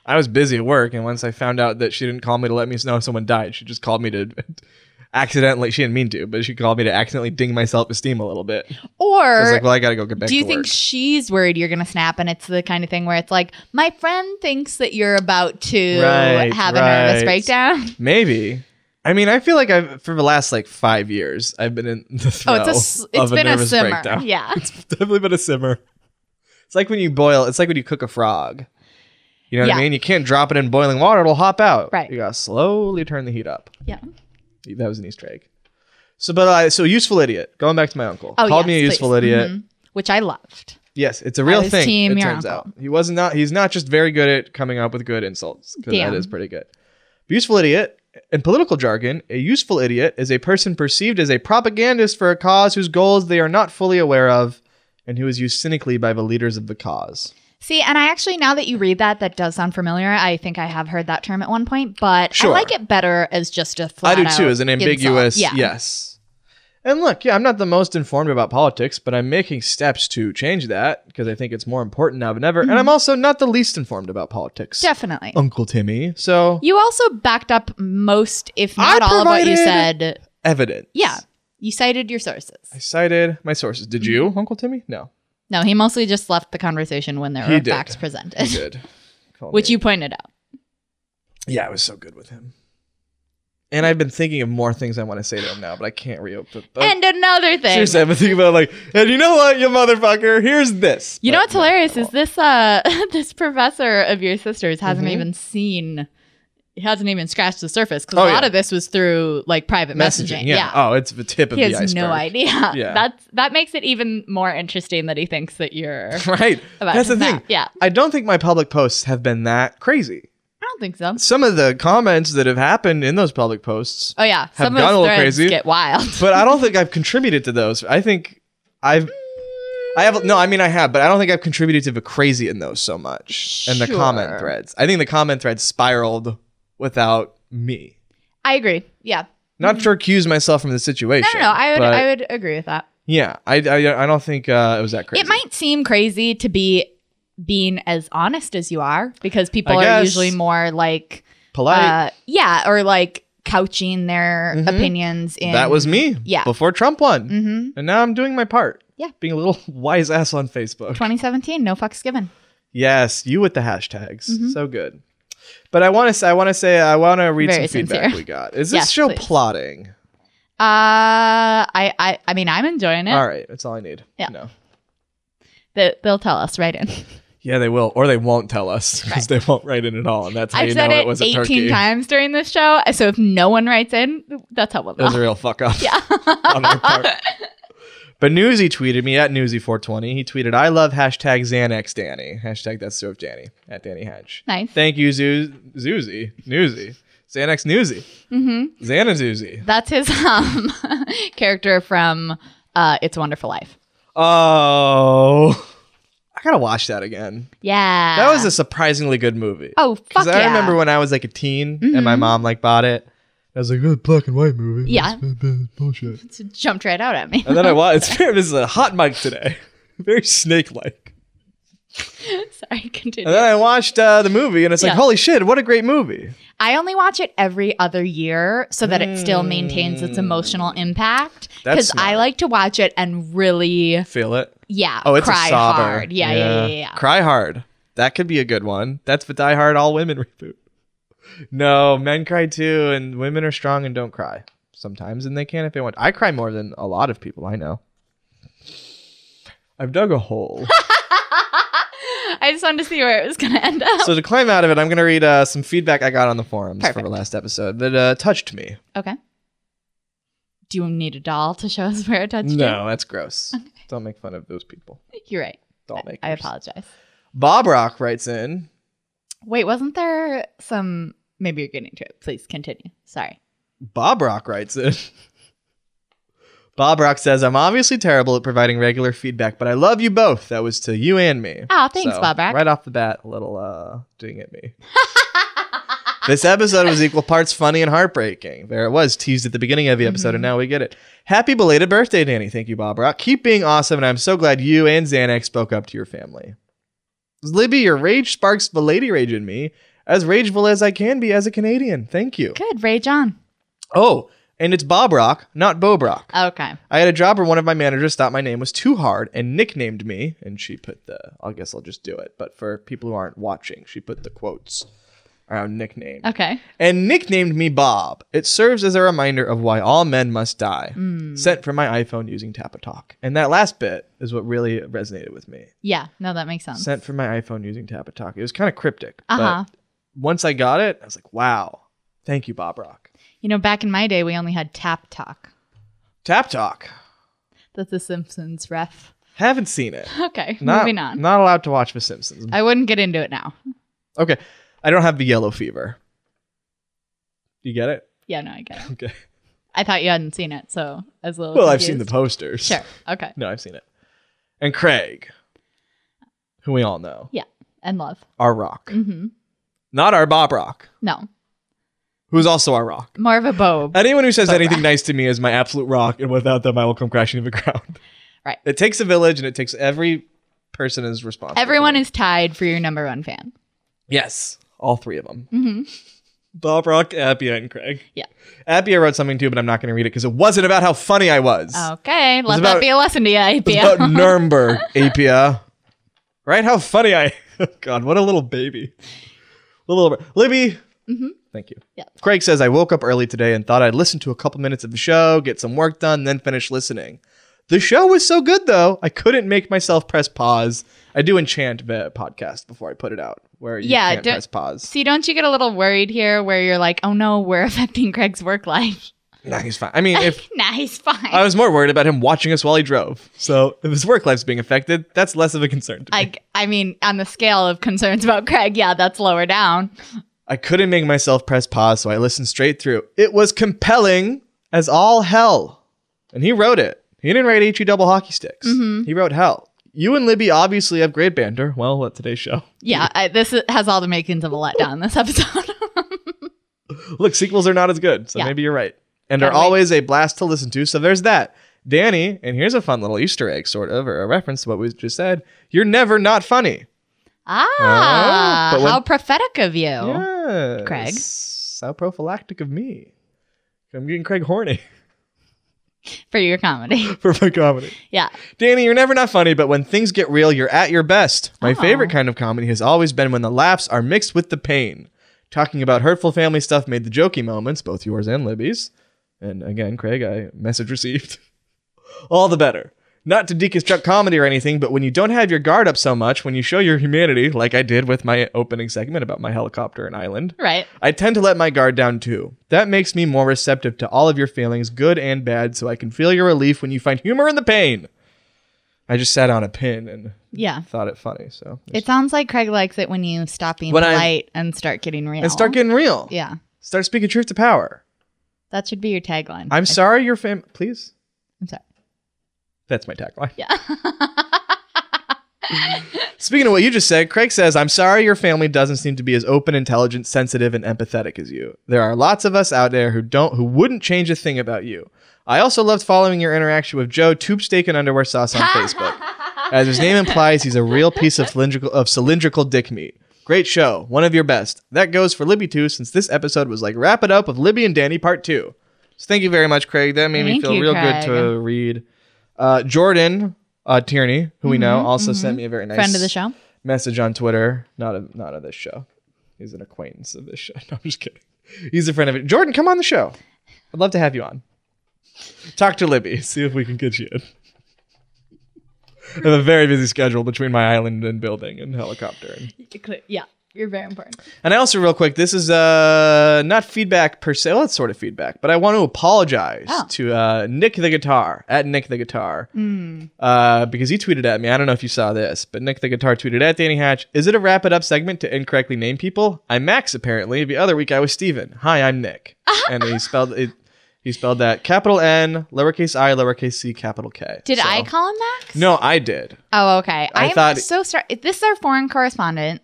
B: I was busy at work, and once I found out that she didn't call me to let me know someone died, she just called me to accidentally. She didn't mean to, but she called me to accidentally ding my self esteem a little bit. I was
A: or
B: like, "Well, I gotta go get back
A: do you
B: to
A: think
B: work."
A: she's worried you're gonna snap? And it's the kind of thing where it's like, my friend thinks that you're about to
B: Right,
A: have a nervous
B: right.
A: breakdown.
B: Maybe. I mean, I feel like I've for the last like five years, I've been in the
A: Oh, it's
B: throes
A: a s-
B: of
A: it's
B: a
A: been a
B: nervous
A: simmer.
B: breakdown.
A: Yeah,
B: It's definitely been a simmer. It's like when you boil. It's like when you cook a frog. You know what I
A: Yeah.
B: mean? You can't drop it in boiling water; it'll hop out.
A: Right.
B: You gotta slowly turn the heat up.
A: yeah.
B: That was an Easter egg. So, but I so useful idiot. Going back to my uncle,
A: Oh, yes,
B: called me a
A: please.
B: useful idiot.
A: Mhm. which I loved.
B: Yes, it's a real
A: was
B: thing.
A: team
B: it
A: your
B: turns
A: uncle.
B: out he was not. He's not just very good at coming up with good insults because that
A: Damn.
B: is pretty good. Useful idiot in political jargon, a useful idiot is a person perceived as a propagandist for a cause whose goals they are not fully aware of, and who is used cynically by the leaders of the cause.
A: See, and I actually now that you read that, that does sound familiar. I think I have heard that term at one point, but
B: Sure.
A: I like it better as just a
B: I
A: flat.
B: do too,
A: out
B: as an
A: insult.
B: ambiguous
A: Yeah.
B: yes. And look, yeah, I'm not the most informed about politics, but I'm making steps to change that because I think it's more important now than ever. And
A: Mm-hmm.
B: I'm also not the least informed about politics,
A: definitely.
B: Uncle Timmy. So
A: You also backed up most, if
B: I
A: not all, of what you
B: provided-
A: said.
B: evidence.
A: Yeah, you cited your sources.
B: I cited my sources. Did
A: Mm-hmm.
B: you, Uncle Timmy? No,
A: No, he mostly just left the conversation when there
B: He
A: were
B: did.
A: facts
B: you
A: presented,
B: did. Call
A: which
B: me.
A: you pointed out.
B: yeah, I was so good with him. And I've been thinking of more things I want to say to him now, but I can't reopen. But
A: and another thing.
B: seriously, I've been thinking about like, and you know what, you motherfucker? Here's this.
A: You
B: But
A: know what's
B: no,
A: hilarious
B: I
A: is
B: won't.
A: this uh this professor of your sister's hasn't
B: Mhm.
A: even seen he hasn't even scratched the surface because
B: Oh,
A: a lot
B: yeah.
A: of this was through like private messaging. Yeah.
B: Oh, it's the tip of
A: He
B: the
A: has
B: iceberg.
A: no idea.
B: Yeah.
A: That's that makes it even more interesting that he thinks that you're
B: Right.
A: about
B: That's
A: to
B: the thing.
A: snap. Yeah.
B: I don't think my public posts have been that crazy.
A: I don't think so.
B: Some of the comments that have happened in those public posts,
A: Oh yeah. Some
B: gone a
A: of
B: little
A: his threads
B: crazy.
A: get wild.
B: but I don't think I've contributed to those. I think I've I have no, I mean I have, but I don't think I've contributed to the crazy in those so much. And the comment
A: Sure.
B: threads. I think the comment threads spiraled without me.
A: I agree. Yeah.
B: Not to accuse myself from the situation.
A: Mm-hmm. No, no, no. I would
B: but
A: I would agree with that.
B: Yeah, I, I, I don't think uh, it was that crazy.
A: It might seem crazy to be being as honest as you are because people are
B: guess.
A: usually more like
B: polite.
A: uh, yeah, or like couching their
B: Mhm.
A: opinions in
B: that was me.
A: yeah.
B: Before Trump won.
A: hmm
B: And now I'm doing my part.
A: Yeah.
B: Being a little wise ass on Facebook.
A: 2017. No fucks given.
B: Yes, you with the hashtags.
A: Mhm.
B: So good. But I want to say I want to say I want to read
A: Very
B: some feedback
A: sincere.
B: we got. Is this
A: Yes,
B: show
A: please.
B: plotting?
A: Uh, I, I, I mean, I'm enjoying it.
B: All right, that's all I need.
A: Yeah.
B: No.
A: They, they'll tell us right in.
B: Yeah, they will, or they won't tell us because they won't write in at all, and that's how
A: I've
B: you
A: said
B: know
A: it,
B: it was a
A: 18
B: turkey.
A: times during this show. So if no one writes in, that's how we'll
B: It was
A: know.
B: a real fuck up.
A: Yeah.
B: on their part. But Newsy tweeted me at Newsy420. He tweeted, "I love hashtag Xanax Danny hashtag That's Surf Danny at Danny Hatch.
A: nice.
B: Thank you, Zu- Zuzi Newsy Xanax Newsy
A: hmm
B: Xana Zuzi.
A: That's his um character from uh, It's a Wonderful Life.
B: Oh, I gotta watch that again.
A: Yeah.
B: That was a surprisingly good movie.
A: Oh, fuck
B: Because
A: yeah.
B: I remember when I was like a teen and my
A: Mhm.
B: mom like bought it. I was like, oh, black and white movie.
A: Yeah.
B: That's bad Bullshit.
A: It jumped right out at me.
B: And then I watched. It's very, this is a hot mic today. Very snake like.
A: Sorry, continue.
B: And then I watched uh, the movie and it's like,
A: Yeah.
B: holy shit, what a great movie.
A: I only watch it every other year so that it still maintains its emotional impact.
B: Hmm. That's
A: Because I
B: smart.
A: like to watch it and really,
B: Feel it.
A: yeah,
B: Oh, it's
A: cry
B: a sobber.
A: hard. Yeah, yeah, yeah, yeah. yeah.
B: Cry hard. That could be a good one. That's the Die Hard All Women reboot. No, men cry too, and women are strong and don't cry sometimes, and they can if they want. I cry more than a lot of people I know. I've dug a hole.
A: I just wanted to see where it was going to end up.
B: so to climb out of it, I'm going to read uh, some feedback I got on the forums from
A: Perfect.
B: the last episode that uh, touched me.
A: Okay. Do you need a doll to show us where it touched
B: No, that's gross. Don't make fun of those people.
A: you? You're right.
B: Doll makers.
A: I apologize.
B: Bob Rock writes in.
A: Wait, wasn't there some. Maybe you're getting to it. Please continue. Sorry.
B: Bob Rock writes it. Bob Rock says, I'm obviously terrible at providing regular feedback, but I love you both. That was to you and me.
A: Oh, thanks,
B: So,
A: Bob Rock.
B: Right off the bat, a little uh ding at me. this episode was equal parts funny and heartbreaking. There it was, teased at the beginning of the episode,
A: Mm-hmm.
B: and now we get it. Happy belated birthday, Danny. Thank you, Bob Rock. Keep being awesome, and I'm so glad you and Xanax spoke up to your family. Libby, your rage sparks the lady rage in me, as rageful as I can be as a Canadian. Thank you.
A: Good, Ray John.
B: Oh, and it's Bob Rock, not Bob Rock.
A: Okay.
B: I had a job where one of my managers thought my name was too hard and nicknamed me, and she put the, I guess I'll just do it, but for people who aren't watching, she put the quotes around nickname.
A: Okay.
B: And nicknamed me Bob. It serves as a reminder of why all men must die. Sent from my iPhone using Tapa Talk. And that last bit is what really resonated with me.
A: Yeah. No, that makes sense.
B: Sent from my iPhone using Tapa Talk. It was kind of cryptic.
A: Uh huh.
B: But once I got it, I was like, wow, thank you, Bob Rock.
A: You know, back in my day, we only had Tap Talk.
B: Tap Talk.
A: That's the Simpsons ref.
B: Haven't seen it.
A: Okay,
B: Not,
A: moving on.
B: Not allowed to watch The Simpsons.
A: I wouldn't get into it now.
B: Okay. I don't have the yellow fever. You get it?
A: Yeah, no, I get it.
B: Okay.
A: I thought you hadn't seen it, so as little.
B: Well, I've seen the
A: confused.
B: posters.
A: Sure. Okay.
B: No, I've seen it. And Craig. who we all know,
A: and love.
B: our rock,
A: hmm
B: not our Bob Rock,
A: No,
B: who's also our rock.
A: Marva Bobe.
B: Anyone who says
A: Bob
B: anything
A: Rock.
B: nice to me is my absolute rock, and without them, I will come crashing to the ground.
A: Right.
B: It takes a village, and it takes every person is responsible.
A: Everyone
B: for it.
A: is tied for your number one fan.
B: yes, all three of them.
A: hmm
B: Bob Rock, Appia, and Craig.
A: Yeah.
B: Appia wrote something too, but I'm not going to read it because it wasn't about how funny I was.
A: Oh, Okay, let
B: about-
A: that be a lesson to you,
B: It's
A: Apia.
B: about Nuremberg, Apia. Right? How funny I. Oh, God, what a little baby. Little Libby.
A: Mhm.
B: Thank you.
A: Yep.
B: Craig says I woke up early today and thought I'd listen to a couple minutes of the show, get some work done, then finish listening. The show was so good though, I couldn't make myself press pause. I do enchant the podcast before I put it out, where you
A: Yeah,
B: can't
A: don't-
B: press pause.
A: See, don't you get a little worried here where you're like, oh no, we're affecting Craig's work life?
B: Nah, he's fine. I mean, if
A: nah, he's fine.
B: I was more worried about him watching us while he drove. So if his work life's being affected, that's less of a concern to me.
A: I, I mean, on the scale of concerns about Craig, yeah, that's lower down.
B: I couldn't make myself press pause, so I listened straight through. It was compelling as all hell. And he wrote it. He didn't write HE double hockey sticks.
A: Mm-hmm.
B: He wrote hell. You and Libby obviously have great banter. Well, what today's show?
A: Yeah, I, this is- has all the makings of a letdown this episode.
B: Look, sequels are not as good, so
A: Yeah.
B: maybe you're right. And are
A: Gotta wait.
B: always a blast to listen to, so there's that. Danny, and here's a fun little Easter egg, sort of, or a reference to what we just said. You're never not funny.
A: ah,
B: Oh, but when-
A: how prophetic of you.
B: Oh. Yes.
A: Craig.
B: How prophylactic of me. I'm getting Craig horny
A: for your comedy.
B: for my comedy.
A: Yeah.
B: Danny, you're never not funny, but when things get real, you're at your best. My
A: Oh.
B: favorite kind of comedy has always been when the laughs are mixed with the pain. Talking about hurtful family stuff made the jokey moments, both yours and Libby's, and again, Craig, I message received. All the better. Not to deconstruct comedy or anything, but when you don't have your guard up so much, when you show your humanity, like I did with my opening segment about my helicopter and island,
A: Right.
B: I tend to let my guard down too. That makes me more receptive to all of your feelings, good and bad, so I can feel your relief when you find humor in the pain. I just sat on a pin and
A: Yeah.
B: thought it funny, so
A: It sounds like Craig likes it when you stop being
B: When I-
A: polite and start getting real.
B: and start getting real.
A: Yeah.
B: Start speaking truth to power.
A: That should be your tagline.
B: I'm sorry your fam please.
A: I'm sorry.
B: That's my tagline.
A: Yeah.
B: Speaking of what you just said, Craig says, I'm sorry your family doesn't seem to be as open, intelligent, sensitive, and empathetic as you. There are lots of us out there who don't who wouldn't change a thing about you. I also loved following your interaction with Joe Tube Steak and Underwear Sauce on Facebook. As his name implies, he's a real piece of cylindrical, of cylindrical dick meat. Great show, one of your best. That goes for Libby too, since this episode was like wrap it up with Libby and Danny part two. So thank you very much, Craig. That made me
A: Thank
B: feel
A: you,
B: real
A: Craig.
B: good to read. Uh, Jordan uh, Tierney, who we know, also sent me a very nice
A: Mm-hmm. Friend of the show.
B: message on Twitter. Not a, not of this show. He's an acquaintance of this show. No, I'm just kidding. He's a friend of it. Jordan, come on the show. I'd love to have you on. Talk to Libby. See if we can get you in. I have a very busy schedule between my island and building and helicopter. And,
A: Yeah. You're very important.
B: and I also, real quick, this is uh, not feedback per se. Well, it's sort of feedback, but I want to apologize
A: Oh.
B: to uh, Nick the Guitar, at Nick the Guitar
A: Hmm.
B: uh, because he tweeted at me. I don't know if you saw this, but Nick the Guitar tweeted at Danny Hatch, Is it a wrap it up segment to incorrectly name people? I'm Max, apparently. The other week I was Steven. Hi, I'm Nick.
A: Uh-huh.
B: and he spelled it. He spelled that capital N, lowercase i, lowercase c, capital K.
A: Did
B: So-
A: I call him Max?
B: No, I did.
A: Oh, okay.
B: I
A: I am
B: thought-
A: so sorry. This is our foreign correspondent,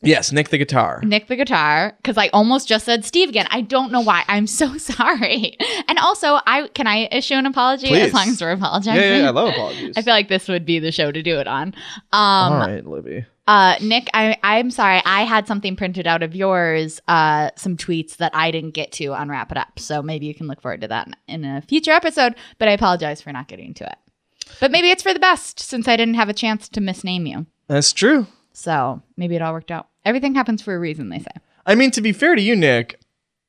B: Yes, Nick the Guitar.
A: Nick the guitar, because I almost just said Steve again. I don't know why. I'm so sorry. And also, I can I issue an apology
B: Please.
A: as long as we're
B: Yeah,
A: apologizing.
B: yeah, yeah, I love apologies.
A: I feel like this would be the show to do it on. Um,
B: All right, Libby.
A: Uh, Nick, I, I'm sorry. I had something printed out of yours, uh, some tweets that I didn't get to on Wrap It Up. So maybe you can look forward to that in, in a future episode. But I apologize for not getting to it. But maybe it's for the best since I didn't have a chance to misname you.
B: That's true.
A: So maybe it all worked out. Everything happens for a reason, they say.
B: I mean, to be fair to you, Nick,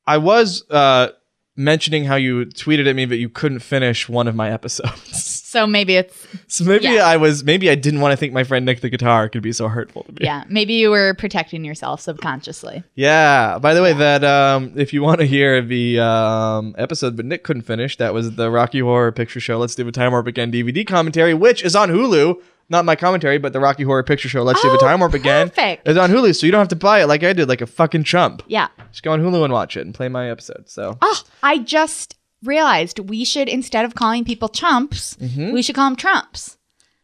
B: I was uh, mentioning how you tweeted at me that you couldn't finish one of my episodes.
A: So maybe it's,
B: So maybe
A: Yeah.
B: I was maybe I didn't want to think my friend Nick the guitar could be so hurtful to me.
A: yeah, maybe you were protecting yourself subconsciously.
B: Yeah. By the way, that um if you want to hear the um episode but Nick couldn't finish, that was the Rocky Horror Picture Show Let's Do a Time Warp Again DVD commentary, which is on Hulu. Not my commentary, but the Rocky Horror Picture Show Let's Do a
A: Oh,
B: Time Warp Again
A: perfect.
B: is on Hulu, so you don't have to buy it like I did, like a fucking chump.
A: Yeah.
B: Just go on Hulu and watch it and play my episode. So
A: Oh, I just realized we should, instead of calling people chumps, we should call them trumps.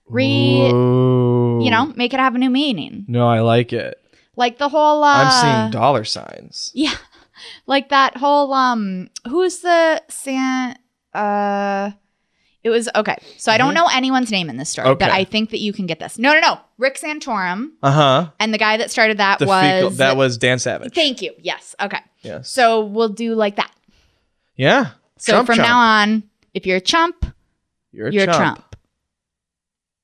A: re
B: Ooh.
A: you know make it have a new meaning
B: No, I like it.
A: like the whole uh,
B: I'm seeing dollar signs.
A: yeah like that whole um who's the san uh it was okay so i don't
B: Mhm.
A: know anyone's name in this story but
B: Okay.
A: i think that you can get this no no no rick santorum
B: Uh huh.
A: and the guy that started that
B: The
A: was
B: fecal, that was Dan Savage.
A: thank you yes okay
B: yes.
A: so we'll do like that
B: yeah.
A: so
B: Trump
A: from
B: chump.
A: now on if you're a chump
B: you're a
A: you're
B: chump.
A: Trump.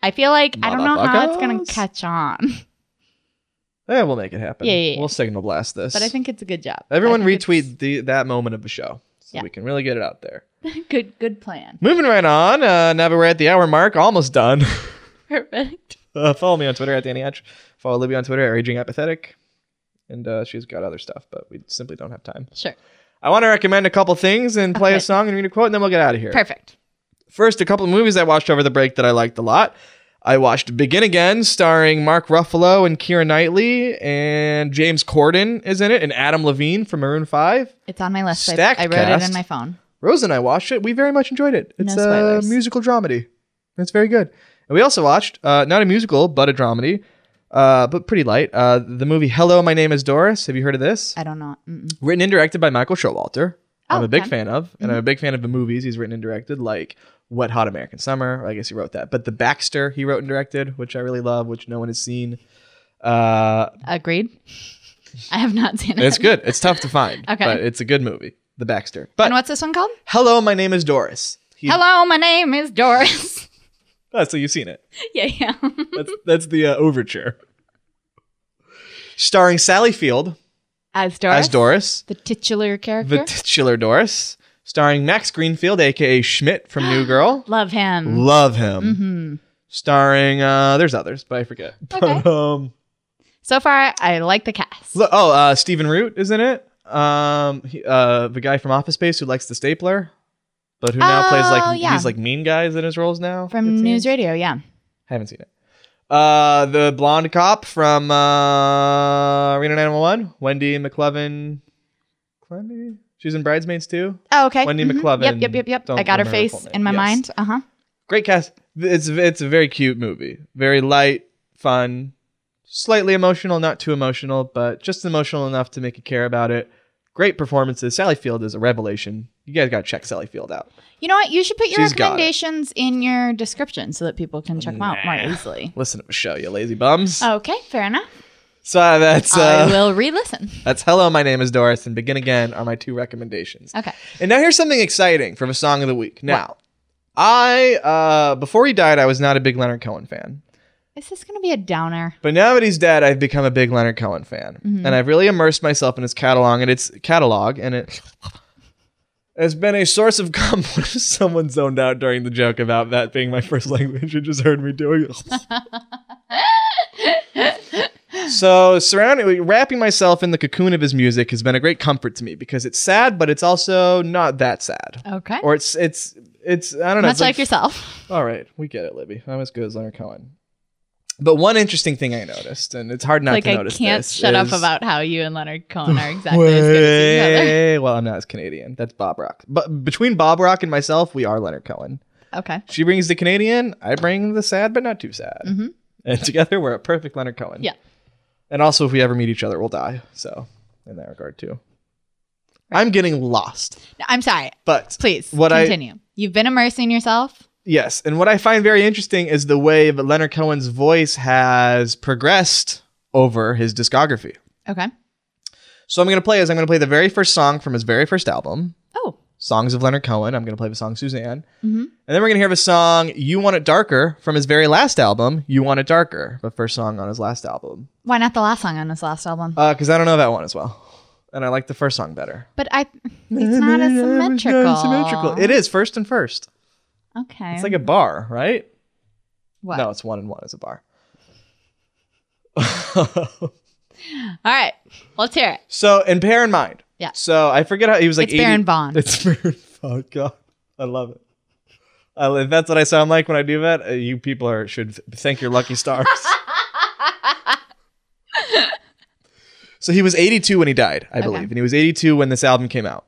A: I feel like I don't know how it's gonna
B: Motherfuckers.
A: catch on,
B: Yeah, we'll make it happen.
A: Yeah, yeah, yeah.
B: We'll signal blast this.
A: but I think it's a good job.
B: everyone
A: I think
B: retweet the that moment of the show so
A: Yeah.
B: we can really get it out there.
A: it's- Good, good plan.
B: Moving right on. Uh, now that we're at the hour mark, almost done.
A: Perfect.
B: uh, follow me on Twitter at Danny Hatch. Follow Libby on Twitter at Raging Apathetic. And uh, she's got other stuff, but we simply don't have time.
A: Sure.
B: I want to recommend a couple things and play
A: Okay.
B: a song and read a quote, and then we'll get out of here.
A: Perfect.
B: First, a couple of movies I watched over the break that I liked a lot. I watched Begin Again, starring Mark Ruffalo and Keira Knightley, and James Corden is in it, and Adam Levine from Maroon 5.
A: It's on my list. I,
B: Stacked
A: I wrote it
B: cast.
A: in my phone.
B: Rose and I watched it. We very much enjoyed it.
A: No
B: It's a
A: spoilers.
B: musical dramedy. It's very good. And we also watched, uh, not a musical, but a dramedy, uh, but pretty light, uh, the movie Hello, My Name is Doris. Have you heard of this?
A: I don't know. Mm-mm.
B: written and directed by Michael Showalter. I'm
A: Oh,
B: a big
A: okay. Mm-hmm.
B: fan of, and I'm a big fan of the movies he's written and directed, like Wet Hot American Summer. I guess he wrote that, but The Baxter he wrote and directed, which I really love, which no one has seen. Uh,
A: Agreed. I have not seen it.
B: it's good. It's tough to find,
A: Okay.
B: but it's a good movie, The Baxter. But
A: and what's this one called?
B: hello, my name is Doris. He,
A: Hello, my name is Doris.
B: Oh, so you've seen it.
A: yeah, yeah.
B: That's that's the uh, overture. Starring Sally Field
A: As Doris.
B: as Doris,
A: The titular character.
B: the titular Doris, starring Max Greenfield, aka Schmidt from New Girl.
A: Love him.
B: Love him.
A: hmm
B: starring uh there's others but i forget
A: Okay.
B: but, um
A: So far, I like the cast.
B: lo- oh uh stephen root is in it um he, uh the guy from office space who likes the stapler but who now plays
A: Oh,
B: like
A: yeah.
B: he's like mean guys in his roles now it
A: from
B: seems.
A: News Radio, yeah.
B: haven't seen it uh the blonde cop from uh reno 911 wendy mclovin Clemmy? she's in bridesmaids too
A: Oh, okay.
B: Wendy
A: Mhm.
B: McLovin.
A: Yep, yep, yep, yep.
B: Don't
A: I got her
B: remember her
A: face
B: full name.
A: in my
B: Yes.
A: mind. Uh huh.
B: great cast. It's it's a very cute movie. Very light, fun, slightly emotional, not too emotional, but just emotional enough to make you care about it. Great performances. Sally Field is a revelation. You guys gotta check Sally Field out.
A: You know what? You should put your
B: She's got it.
A: recommendations in your description so that people can check them out more easily.
B: Listen to the show, you lazy bums.
A: Okay, fair enough.
B: So uh, that's
A: Oh. I
B: uh,
A: will re-listen.
B: that's hello. My name is Doris, and begin again are my two recommendations.
A: Okay.
B: And now here's something exciting from a song of the week. Now, I uh, before he died, I was not a big Leonard Cohen fan.
A: Is this going to be a downer?
B: But now that he's dead, I've become a big Leonard Cohen fan,
A: Mm-hmm.
B: and I've really immersed myself in his catalog. And it's catalog, and it has been a source of comfort. Someone zoned out during the joke about that being my first language. You just heard me doing it. so surrounding, wrapping myself in the cocoon of his music has been a great comfort to me because it's sad, but it's also not that sad,
A: Okay.
B: or it's it's it's I don't know.
A: Much
B: it's
A: like, yourself.
B: all right, we get it, Libby. I'm as good as Leonard Cohen. But one interesting thing I noticed, and it's hard not
A: Like
B: to
A: I
B: notice
A: can't
B: this,
A: shut up
B: is-
A: about how you and Leonard Cohen are exactly as good as each
B: Way- Well, I'm not as Canadian. That's Bob Rock. But between Bob Rock and myself, we are Leonard Cohen.
A: other. Okay.
B: She brings the Canadian. I bring the sad, but not too sad.
A: Mhm.
B: And together, we're a perfect Leonard Cohen.
A: Yeah.
B: And also, if we ever meet each other, we'll die. So, in that regard, too. I'm getting lost,
A: No, I'm sorry.
B: but
A: Please
B: What I-
A: continue. You've been immersing yourself.
B: Yes, and what I find very interesting is the way that Leonard Cohen's voice has progressed over his discography.
A: Okay.
B: So I'm going to play is I'm going to play the very first song from his very first album,
A: Oh.
B: Songs of Leonard Cohen. I'm going to play the song Suzanne.
A: Mhm.
B: And then we're going to hear the song You Want It Darker from his very last album, You Want It Darker, the first song on his last album.
A: Why not the last song on this last album?
B: Uh, cuz I don't know that one as well. And I like the first song better.
A: but I, it's not as symmetrical.
B: symmetrical. It is first and first.
A: Okay.
B: It's like a bar, right?
A: what?
B: No, it's one and one is a bar.
A: All right. Let's hear it.
B: So and bear in mind.
A: Yeah.
B: So I forget how he was like.
A: It's Baron
B: 80
A: Bond.
B: It's Baron Bond. God, I love it. I li- if that's what I sound like when I do that, uh, you people are should th- thank your lucky stars. so he was 82 when he died, I believe, and he was 82 when this album came out.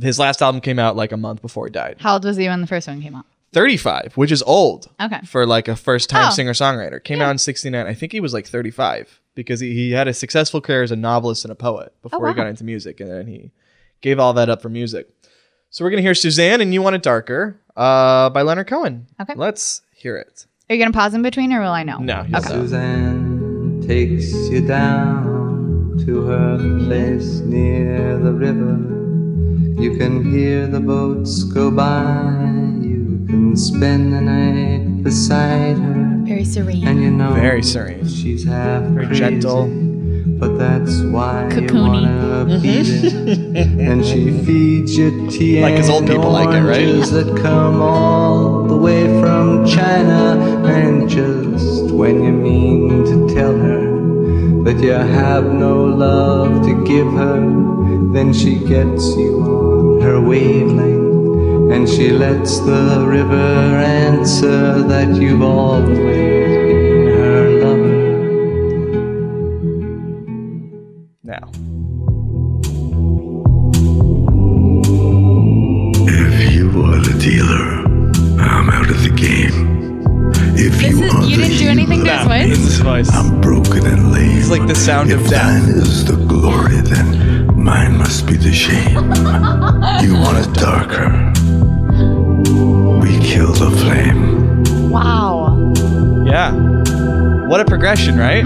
B: His last album came out like a month before he died.
A: How old was he when the first one came out?
B: 35, which is old
A: Okay.
B: for like a first time
A: Oh.
B: singer songwriter. Came out in 69. I think he was like 35 because he, he had a successful career as a novelist and a poet before he
A: Oh, wow.
B: got into music. And then he gave all that up for music. So we're going to hear Suzanne and You Want It Darker uh, by Leonard Cohen.
A: Okay.
B: Let's hear it.
A: Are you gonna pause in between, or will I know?
B: No, he'll
A: Okay.
B: know.
C: Suzanne takes you down to her place near the river. You can hear the boats go by. You can spend the night beside her.
A: Very serene.
C: And you know
B: Very serene.
C: she's half
B: Very
C: crazy,
B: gentle.
C: But that's why you
A: Cocoony.
C: wanna be there. and she feeds you tea
B: Mm-hmm. Like, 'cause
C: and
B: old people like it, right?
C: oranges that come all the way from China. And just when you mean to tell her that you have no love to give her, then she gets you on her wavelength. And she lets the river answer that you've always been her lover.
B: Now.
D: If you are the dealer, I'm out of the game. If
A: This
D: you
A: is-
D: are
A: you
D: the
A: didn't do anything to
D: healer,
A: his voice?
B: This voice.
D: I'm broken and lame.
B: It's like the sound
D: if
B: of death.
D: thine is the glory, then mine must be the shame. you want it darker. We kill the flame.
A: Wow.
B: Yeah. What a progression, right?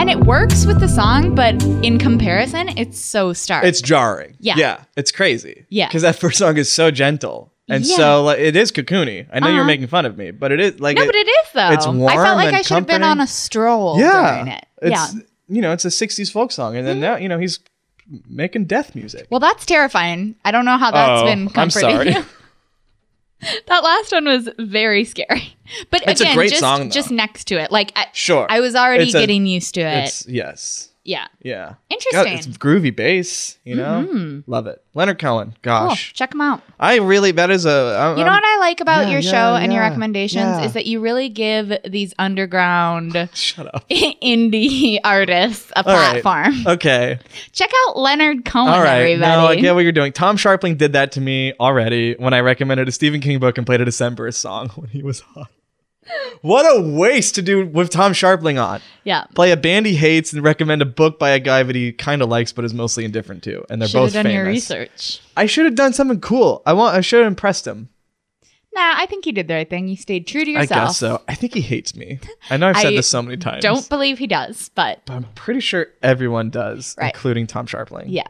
A: And it works with the song, but in comparison, it's so stark.
B: It's jarring.
A: Yeah.
B: Yeah. It's crazy.
A: Yeah.
B: Because that first song is so gentle. And
A: Yeah.
B: so like, it is cocoony. I know you're
A: Uh-huh.
B: making fun of me, but it is like.
A: no,
B: it-
A: but it is though.
B: it's
A: I
B: warm
A: felt like
B: and
A: I should have been on
B: comforting.
A: a stroll during it.
B: It's,
A: yeah. Mm-hmm.
B: You know, it's a 60s folk song. And then now, you know, he's making death music.
A: Well, that's terrifying. I don't know how that's
B: Oh,
A: been
B: I'm
A: comforting.
B: sorry.
A: you. that last one was very scary. But
B: It's a
A: again,
B: great
A: just,
B: song, though.
A: just next to it. Like I,
B: Sure.
A: I was already
B: It's a-
A: getting used to it.
B: It's, yes.
A: Yeah.
B: Yeah. God,
A: Interesting. Mm-hmm.
B: it's groovy bass, you know? Love it. Leonard Cohen.
A: Cool.
B: Gosh.
A: Check them out.
B: I really, that is a. I-
A: You know
B: I'm-
A: what I like about
B: Um, yeah,
A: your
B: yeah,
A: show and your
B: yeah,
A: recommendations
B: yeah.
A: is that you really give these underground
B: Shut up.
A: indie artists a
B: All right.
A: platform.
B: Okay.
A: Check out Leonard Cohen,
B: All right. Now I
A: everybody.
B: get what you're doing. Tom Sharpling did that to me already when I recommended a Stephen King book and played a Decemberist song when he was hot. What a waste to do with Tom Sharpling on.
A: yeah.
B: Play a band he hates and recommend a book by a guy that he kind of likes but is mostly indifferent to, and they're
A: Should have
B: both
A: done
B: famous.
A: your research.
B: I should have done something cool. I want. I should have impressed him.
A: Nah, I think you did the right thing. You stayed true to yourself.
B: I guess so. I think he hates me. I know I've said
A: I
B: this so many times.
A: Don't believe he does, but
B: But I'm pretty sure everyone does,
A: Right.
B: including Tom Sharpling.
A: yeah.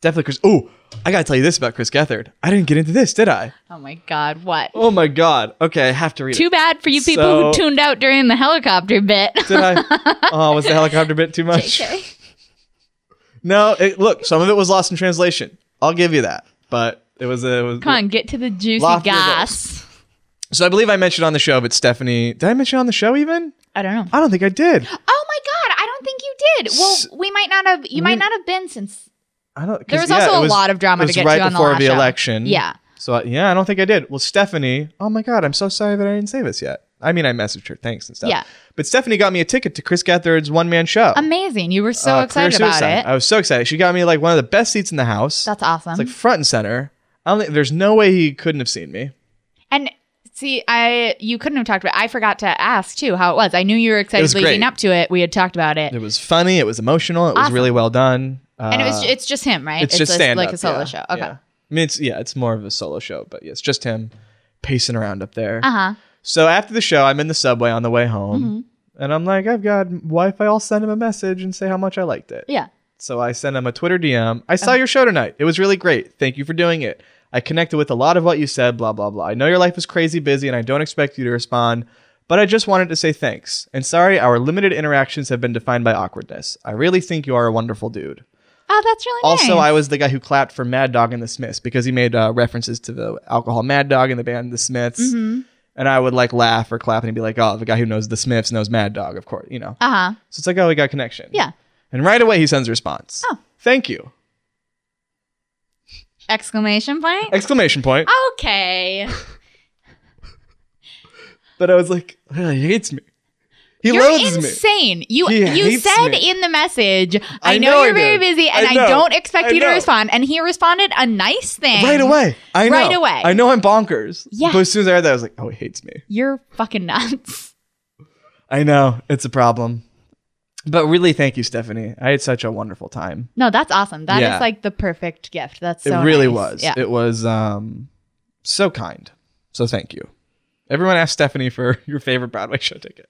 B: Definitely Chris. Oh, I gotta tell you this about Chris Gethard. I didn't get into this, did I?
A: Oh my God, what?
B: Oh my god. Okay, I have to read
A: Too
B: it.
A: bad for you people who
B: So-
A: tuned out during the helicopter bit.
B: Did I? Oh, was the helicopter bit too much?
A: Okay.
B: No, it, look, some of it was lost in translation. I'll give you that. But it was a. It was,
A: Come on, get to the juicy
B: Lofty
A: gas.
B: So I believe I mentioned on the show, but Stephanie, did I mention on the show even?
A: I don't know.
B: I don't think I did.
A: Oh my God, I don't think you did. Well,
B: S-
A: we might not have. You
B: We-
A: might not have been since.
B: I don't. 'cause,
A: There was
B: yeah,
A: also
B: it
A: a lot of drama
B: it
A: to
B: was
A: get
B: right
A: to on the
B: before
A: last
B: the
A: show.
B: election.
A: Yeah.
B: So I- yeah, I don't think I did. Well, Stephanie, oh my god, I'm so sorry that I didn't say this yet. I mean, I messaged her, thanks and stuff.
A: Yeah.
B: But Stephanie got me a ticket to Chris Gethard's one man show.
A: Amazing. You were so
B: uh, Career
A: excited about
B: Suicide.
A: it.
B: I was so excited. She got me like one of the best seats in the house.
A: That's awesome.
B: It's like front and center. I don't think, there's no way he couldn't have seen me.
A: and see, I you couldn't have talked about. I forgot to ask too how it was. I knew you were excited
B: was
A: leading
B: great.
A: up to it. We had talked about it,
B: It was funny. It was emotional. It was
A: Awesome.
B: really well done. Uh,
A: and it was it's just him, right?
B: it's, just
A: a-
B: stand
A: like a solo show. Okay.
B: I mean, it's yeah, it's more of a solo show, but yeah, it's just him pacing around up there.
A: Uh huh.
B: So after the show, I'm in the subway on the way home,
A: Mm-hmm.
B: and I'm like, I've got Wi-Fi. I'll send him a message and say how much I liked it.
A: Yeah.
B: So I sent him a Twitter DM. I
A: Uh-huh.
B: saw your show tonight. It was really great. Thank you for doing it. I connected with a lot of what you said, blah, blah, blah. I know your life is crazy busy and I don't expect you to respond, but I just wanted to say thanks. And sorry, our limited interactions have been defined by awkwardness. I really think you are a wonderful dude.
A: Oh, that's really nice.
B: Also, I was the guy who clapped for Mad Dog and the Smiths because he made uh, references to the alcohol Mad Dog and the band The Smiths.
A: Mm-hmm.
B: And I would like laugh or clap and he'd be like, oh, the guy who knows The Smiths knows Mad Dog, of course, you know.
A: Uh huh.
B: So it's like, oh, we got connection.
A: Yeah.
B: And right away he sends a response.
A: Oh.
B: Thank you.
A: Exclamation point.
B: Exclamation point.
A: okay.
B: But I was like, "Ugh, he hates me. He
A: You're
B: loathes me.
A: insane. You
B: He
A: you
B: hates
A: said
B: me.
A: in the message, I,
B: I
A: know,
B: know I
A: you're very
B: did.
A: busy and
B: I
A: I,
B: know.
A: don't expect
B: I
A: you to
B: know."
A: respond. And he responded a nice thing.
B: Right away. I know.
A: Right away.
B: I know I'm bonkers.
A: Yeah.
B: But as soon as I heard that, I was like, oh, he hates me.
A: You're fucking nuts.
B: I know. It's a problem. But really, thank you, Stephanie. I had such a wonderful time.
A: No, that's awesome. That is
B: Yeah.
A: like the perfect gift. That's so
B: it really
A: nice.
B: was.
A: Yeah.
B: It was um, so kind. So thank you. Everyone asked Stephanie for your favorite Broadway show ticket.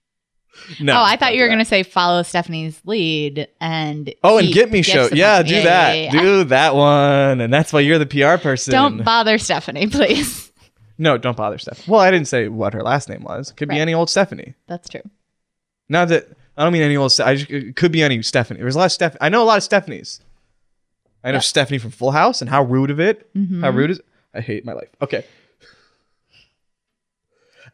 B: no.
A: oh, I thought
B: don't
A: you were
B: do that.
A: gonna say follow Stephanie's lead and
B: Oh, and
A: eat
B: get me
A: gifts
B: show.
A: of
B: Yeah,
A: money.
B: do
A: Yeah,
B: that.
A: yeah, yeah.
B: Do that one. And that's why you're the PR person.
A: Don't bother Stephanie, please.
B: no, don't bother Stephanie. Well, I didn't say what her last name was. Could be
A: Right.
B: any old Stephanie.
A: That's true.
B: Not that I don't mean any old. Ste- I just, it could be any Stephanie. There's a lot of Steph. I know a lot of Stephanies. I know Stephanie from Full House, and how rude of it.
A: Mm-hmm.
B: How rude is? I hate my life. Okay.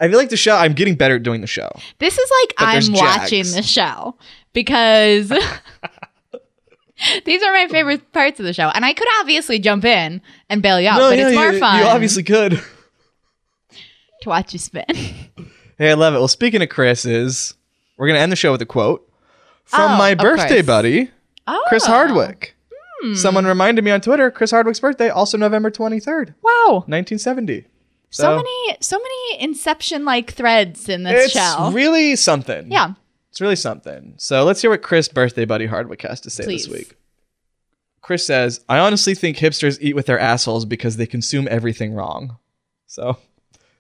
B: I feel like the show. I'm getting better at doing the show.
A: This is like
B: But
A: I'm
B: there's
A: watching
B: Jags.
A: the show because these are my favorite parts of the show, and I could obviously jump in and bail you out, Oh, but it's more
B: you,
A: fun
B: You obviously could.
A: to watch you spin.
B: Hey, I love it. Well, speaking of Chris's, we're gonna end the show with a quote from
A: Oh,
B: my
A: of
B: birthday
A: course.
B: buddy,
A: Oh, Hmm.
B: Chris Hardwick. Someone reminded me on Twitter, Chris Hardwick's birthday, also November 23rd,
A: Wow,
B: 1970.
A: so, many, so many Inception-like threads in this
B: It's
A: show.
B: really something.
A: yeah,
B: It's really something. So let's hear what Chris' birthday buddy Hardwick has to say
A: Please.
B: this week. Chris says, I honestly think hipsters eat with their assholes because they consume everything wrong. So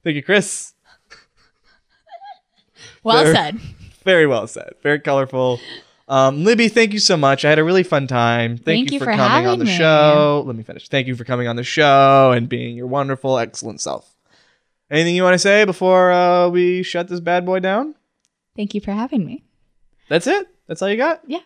B: thank you, Chris.
A: well
B: Fair.
A: said.
B: Very well said. Very colorful. Um, Libby, thank you so much. I had a really fun time. Thank,
A: Thank
B: you,
A: you
B: for,
A: for
B: coming on
A: having
B: the
A: me.
B: show. Let me finish. Thank you for coming on the show and being your wonderful, excellent self. Anything you want to say before uh, we shut this bad boy down?
A: Thank you for having me.
B: That's it. That's all you got?
A: Yeah,